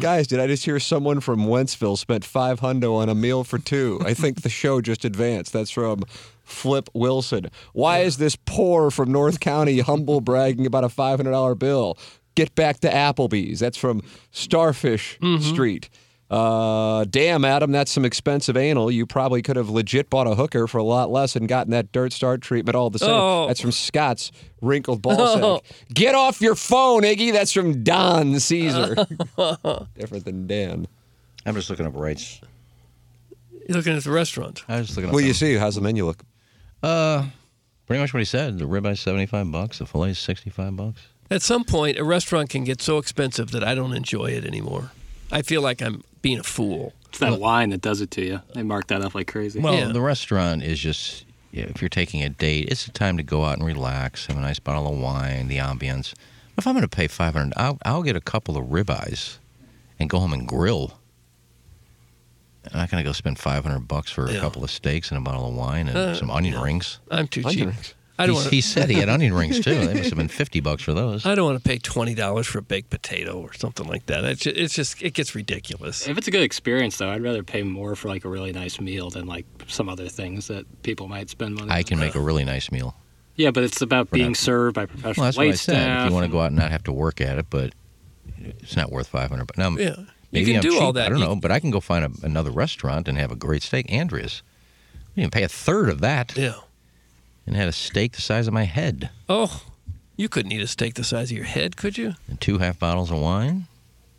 B: Guys, did I just hear someone from Wentzville spent five hundo on a meal for two? I think the show just advanced. That's from Flip Wilson. Why is this poor from North County humble bragging about a five hundred dollar bill? Get back to Applebee's. That's from Starfish Street. Uh, damn, Adam, that's some expensive anal. You probably could have legit bought a hooker for a lot less and gotten that dirt star treatment all the same.
C: Oh.
B: That's from Scott's wrinkled ballsack.
C: Oh.
B: Get off your phone, Iggy. That's from Don Caesar. Different than Dan.
D: I'm just looking up rates.
C: You're looking at the restaurant.
D: I was just looking up
B: What do you
D: some-
B: see? How's the menu look?
D: Uh, pretty much what he said. The ribeye's 75 bucks. The filet's 65 bucks.
C: At some point, a restaurant can get so expensive that I don't enjoy it anymore. I feel like I'm being a fool.
F: It's that wine that does it to you. They mark that up like crazy.
D: Well,
C: Oh.
D: the restaurant is just yeah, if you're taking a date, it's the time to go out and relax, have a nice bottle of wine, the ambiance. If I'm going to pay 500, I'll, I'll get a couple of ribeyes and go home and grill. I'm not going to go spend 500 bucks for a couple of steaks and a bottle of wine and
C: Uh,
D: some onion
C: no.
D: rings.
C: I'm too
D: Onion
C: cheap.
D: rings.
C: I don't
D: He's-
C: wanna-
D: he said he had onion rings too. They must have been 50 bucks for those.
C: I don't want to pay twenty dollars for a baked potato or something like that. It's just, it's just it gets ridiculous.
F: If it's a good experience, though, I'd rather pay more for like a really nice meal than like some other things that people might spend money.
D: I
F: on.
D: can make a really nice meal.
F: Oh, Yeah, but it's about being served by
D: Well,
F: professional
D: that's what I
F: waitstaff.
D: said. If you want to go out and not have to work at it, but it's not worth five hundred. But now,
C: Yeah. You
D: maybe
C: can
D: I'm
C: do all
D: cheap,
C: that.
D: I don't
C: You-
D: know, but I can go find a, another restaurant and have a great steak. Andreas, you can pay a third of that.
C: Yeah.
D: And had a steak the size of my head
C: Oh, you couldn't eat a steak the size of your head, could you?
D: and two half bottles of wine,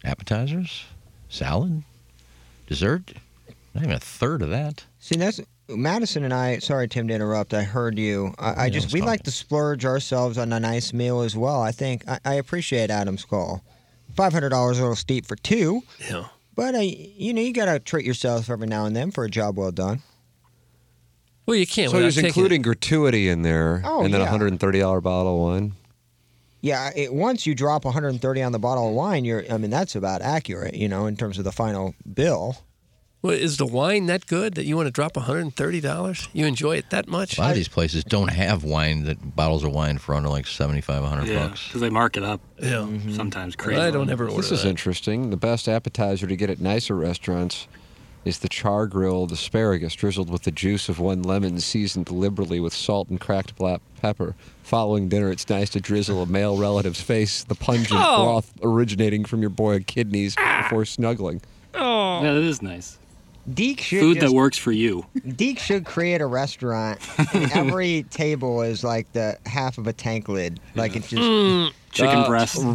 D: appetizers, salad, dessert. Not even a third of that.
E: See, that's Madison and I. Sorry, Tim, to interrupt. I heard you. I, I just we like to splurge ourselves on a nice meal as well. I think I, I appreciate Adam's call. Five hundred dollars a little steep for two,
C: Yeah.
E: but uh, you know you gotta treat yourself every now and then for a job well done.
C: Well, you can't.
B: so
C: without
B: he was
C: taking-
B: including gratuity in there,
E: Oh,
B: and then a
E: yeah.
B: hundred and thirty dollar bottle of wine.
E: Yeah, it, once you drop 130 on the bottle of wine, you're. I mean, that's about accurate, you know, in terms of the final bill.
C: Well, is the wine that good that you want to drop one hundred and thirty dollars? You enjoy it that much?
D: A lot of these places don't have wine that bottles of wine for under like 75, 100
F: Yeah,
D: bucks.
F: because they mark it up.
C: Yeah,
D: Mm-hmm.
F: sometimes crazy.
B: This is interesting. The best appetizer to get at nicer restaurants is the char grilled asparagus drizzled with the juice of one lemon, seasoned liberally with salt and cracked black pepper. Following dinner, it's nice to drizzle a male relative's face the pungent
F: Oh.
B: broth originating from your boiled kidneys before snuggling.
F: Oh, yeah, that is nice.
E: Deke should
F: Food that
E: just-
F: works for you.
E: Deke should create a restaurant. and every table is like the half of a tank lid. Like it's just
B: Uh,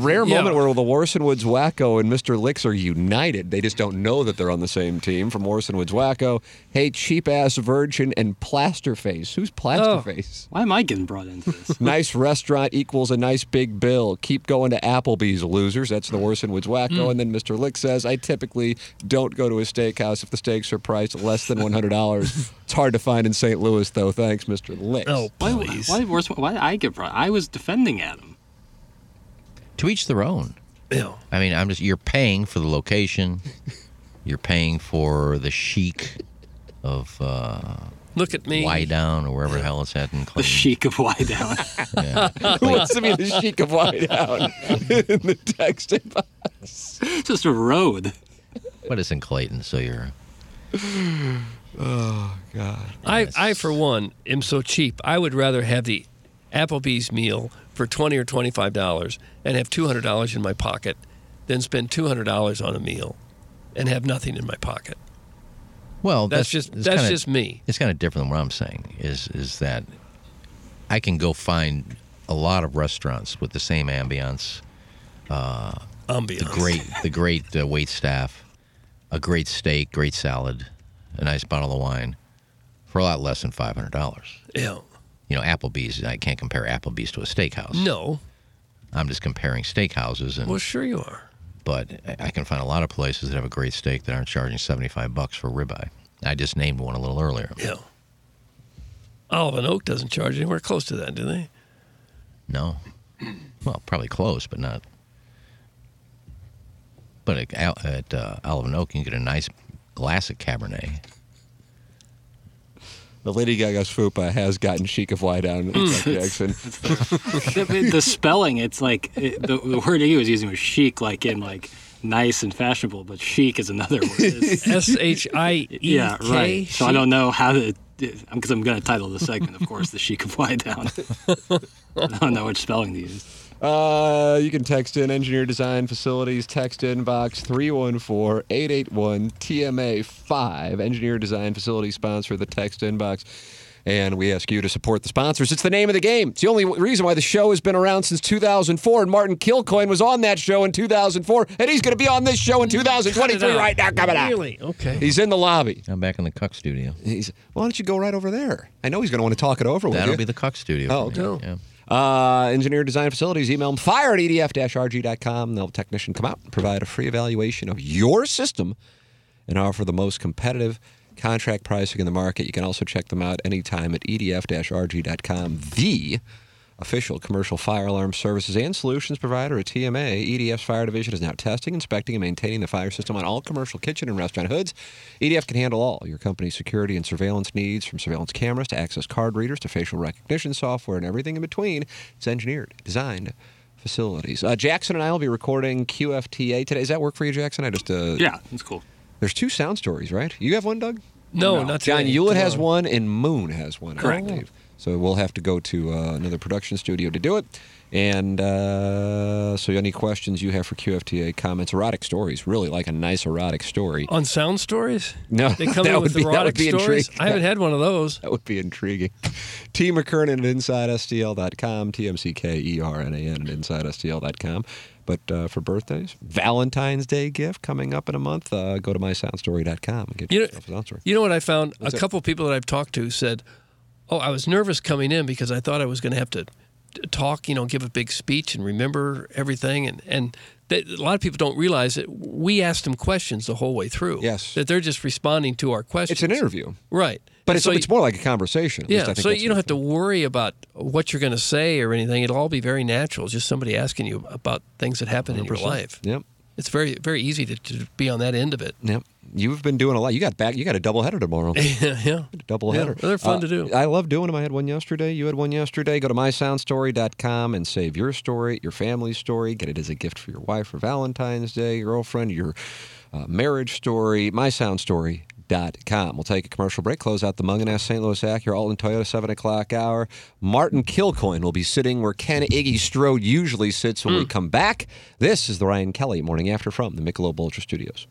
B: Rare moment where the Warson Woods Wacko and Mr. Licks are united. They just don't know that they're on the same team. From Warson Woods Wacko, hey, cheap ass virgin and Plasterface. Who's Plasterface?
F: Oh. Why am I getting brought into this?
B: nice restaurant equals a nice big bill. Keep going to Applebee's, losers. That's the Warson Woods Wacko.
F: Mm.
B: And then Mr. Lick says, I typically don't go to a steakhouse if the steaks are priced less than $100. it's hard to find in St. Louis, though. Thanks, Mr. Lick.
C: Oh,
F: please. Why, why, worse- why did I get brought? I was defending Adam.
D: To each their own. I mean, I'm just you're paying for the location, you're paying for the chic of uh,
C: Look at me.
D: Why down or wherever the hell it's at in Clinton.
F: The chic of why down.
D: Who wants to be the
B: chic of why down in the text
F: box? Just a road.
D: But it's in Clayton, so you're.
B: Oh God.
C: I, I for one am so cheap. I would rather have the Applebee's meal for twenty or twenty five dollars and have two hundred dollars in my pocket than spend two hundred dollars on a meal and have nothing in my pocket.
D: Well,
C: That's
D: that's,
C: just-
D: it's
C: that's
D: kinda-
C: just me.
D: It's kind of different than what I'm saying. Is is that I can go find a lot of restaurants with the same ambiance, uh,
C: Ambiance.
D: the great the great uh, wait staff, a great steak, great salad, a nice bottle of wine, for a lot less than five hundred dollars.
C: Yeah.
D: You know, Applebee's. I can't compare Applebee's to a steakhouse.
C: No.
D: I'm just comparing steakhouses and
C: Well, sure you are.
D: but I- I can find a lot of places that have a great steak that aren't charging 75 bucks for ribeye. I just named one a little earlier.
C: Yeah. Olive and Oak doesn't charge anywhere close to that, do they?
D: No. Well, probably close, but not. But at, Al- at uh, Olive and Oak, you can get a nice glass of Cabernet.
B: The Lady Gaga's fupa has gotten chic of why down. It's like Jackson.
F: the, the spelling, it's like it, the, the word he was using was chic, like in like nice and fashionable, but chic is another word. It's-
C: S H I E K.
F: yeah, right. So I don't know how to, because I'm going to title the segment, of course, the chic of why down. I don't know which spelling to use.
B: Uh, you can text in Engineer Design Facilities, text inbox 314 881 TMA 5. Engineer Design Facilities sponsor the text inbox. And we ask you to support the sponsors. It's the name of the game. It's the only reason why the show has been around since 2004. And Martin Kilcoin was on that show in 2004. And he's going to be on this show in 2023 right now. Coming up.
C: Really? Okay.
B: He's in the lobby.
D: I'm back in the Cuck studio.
B: He's, why don't you go right over there? I know he's going to want to talk it over with
D: That'll
B: you.
D: be the Cuck studio.
B: Oh,
D: for me.
B: okay. Uh, engineer design facilities, email them fire at E edf-rg.com. They'll have a technician come out and provide a free evaluation of your system and offer the most competitive contract pricing in the market. You can also check them out anytime at E edf-rg.com, the official commercial fire alarm services and solutions provider at TMA. EDF's E fire division is now testing, inspecting, and maintaining the fire system on all commercial kitchen and restaurant hoods. EDF can handle all your company's security and surveillance needs, from surveillance cameras to access card readers to facial recognition software and everything in between. It's engineered, designed, facilities. Uh, Jackson and I will be recording QFTA today. Does that work for you, Jackson? I just uh,
F: Yeah, that's cool.
B: There's two sound stories, right? You have one, Doug?
C: No, No. not
B: John
C: today.
B: Hewlett has
C: Tomorrow.
B: one, and Moon has one. I
C: Correct.
B: believe. So we'll have to go to uh, another production studio to do it. And uh, so, any questions you have for QFTA comments, erotic stories, really like a nice erotic story.
C: On sound stories?
B: No,
C: Oh, They come in
B: that would
C: with
B: be- that would
C: erotic
B: be
C: stories?
B: intriguing.
C: I haven't had one of those.
B: That would be intriguing. T. McKernan at InsideSTL.com, E T-M-C-K-E-R-N-A-N at InsideSTL.com. But uh, for birthdays, Valentine's Day gift coming up in a month, uh, go to MySoundStory.com and get
C: You know-
B: yourself a sound story.
C: You know what I found?
B: What's
C: a
B: that?
C: couple people that I've talked to said, "Oh, I was nervous coming in because I thought I was going to have to t- talk, you know, give a big speech and remember everything." And and that, a lot of people don't realize that we asked them questions the whole way through. Yes, that they're just responding to our questions.
B: It's an interview.
C: right?
B: But
C: And
B: it's,
C: so
B: it's more like a conversation. At
C: yeah,
B: least I think
C: so
B: that's
C: you don't have to worry about what you're going to say or anything. It'll all be very natural. It's just somebody asking you about things that happen in your
B: 100%.
C: life.
B: Yep.
C: It's very very easy to, to be on that end of it.
B: Yep. You've been doing a lot. You got back. You got a double header tomorrow.
C: yeah.
B: Double
C: Yeah,
B: header.
C: they're fun to do.
B: Uh, I love doing them. I had one yesterday. You had one yesterday. Go to mysoundstory.com and save your story, your family's story. Get it as a gift for your wife for Valentine's Day, your girlfriend, your uh, marriage story. Mysoundstory.com. We'll take a commercial break, close out the Munganass St. Louis Acura Alton Toyota 7 o'clock hour. Martin Kilcoin will be sitting where Ken Iggy
C: Mm.
B: Strode usually sits when we come back. This is the Ryan Kelly Morning After from the Michelob Ultra Studios.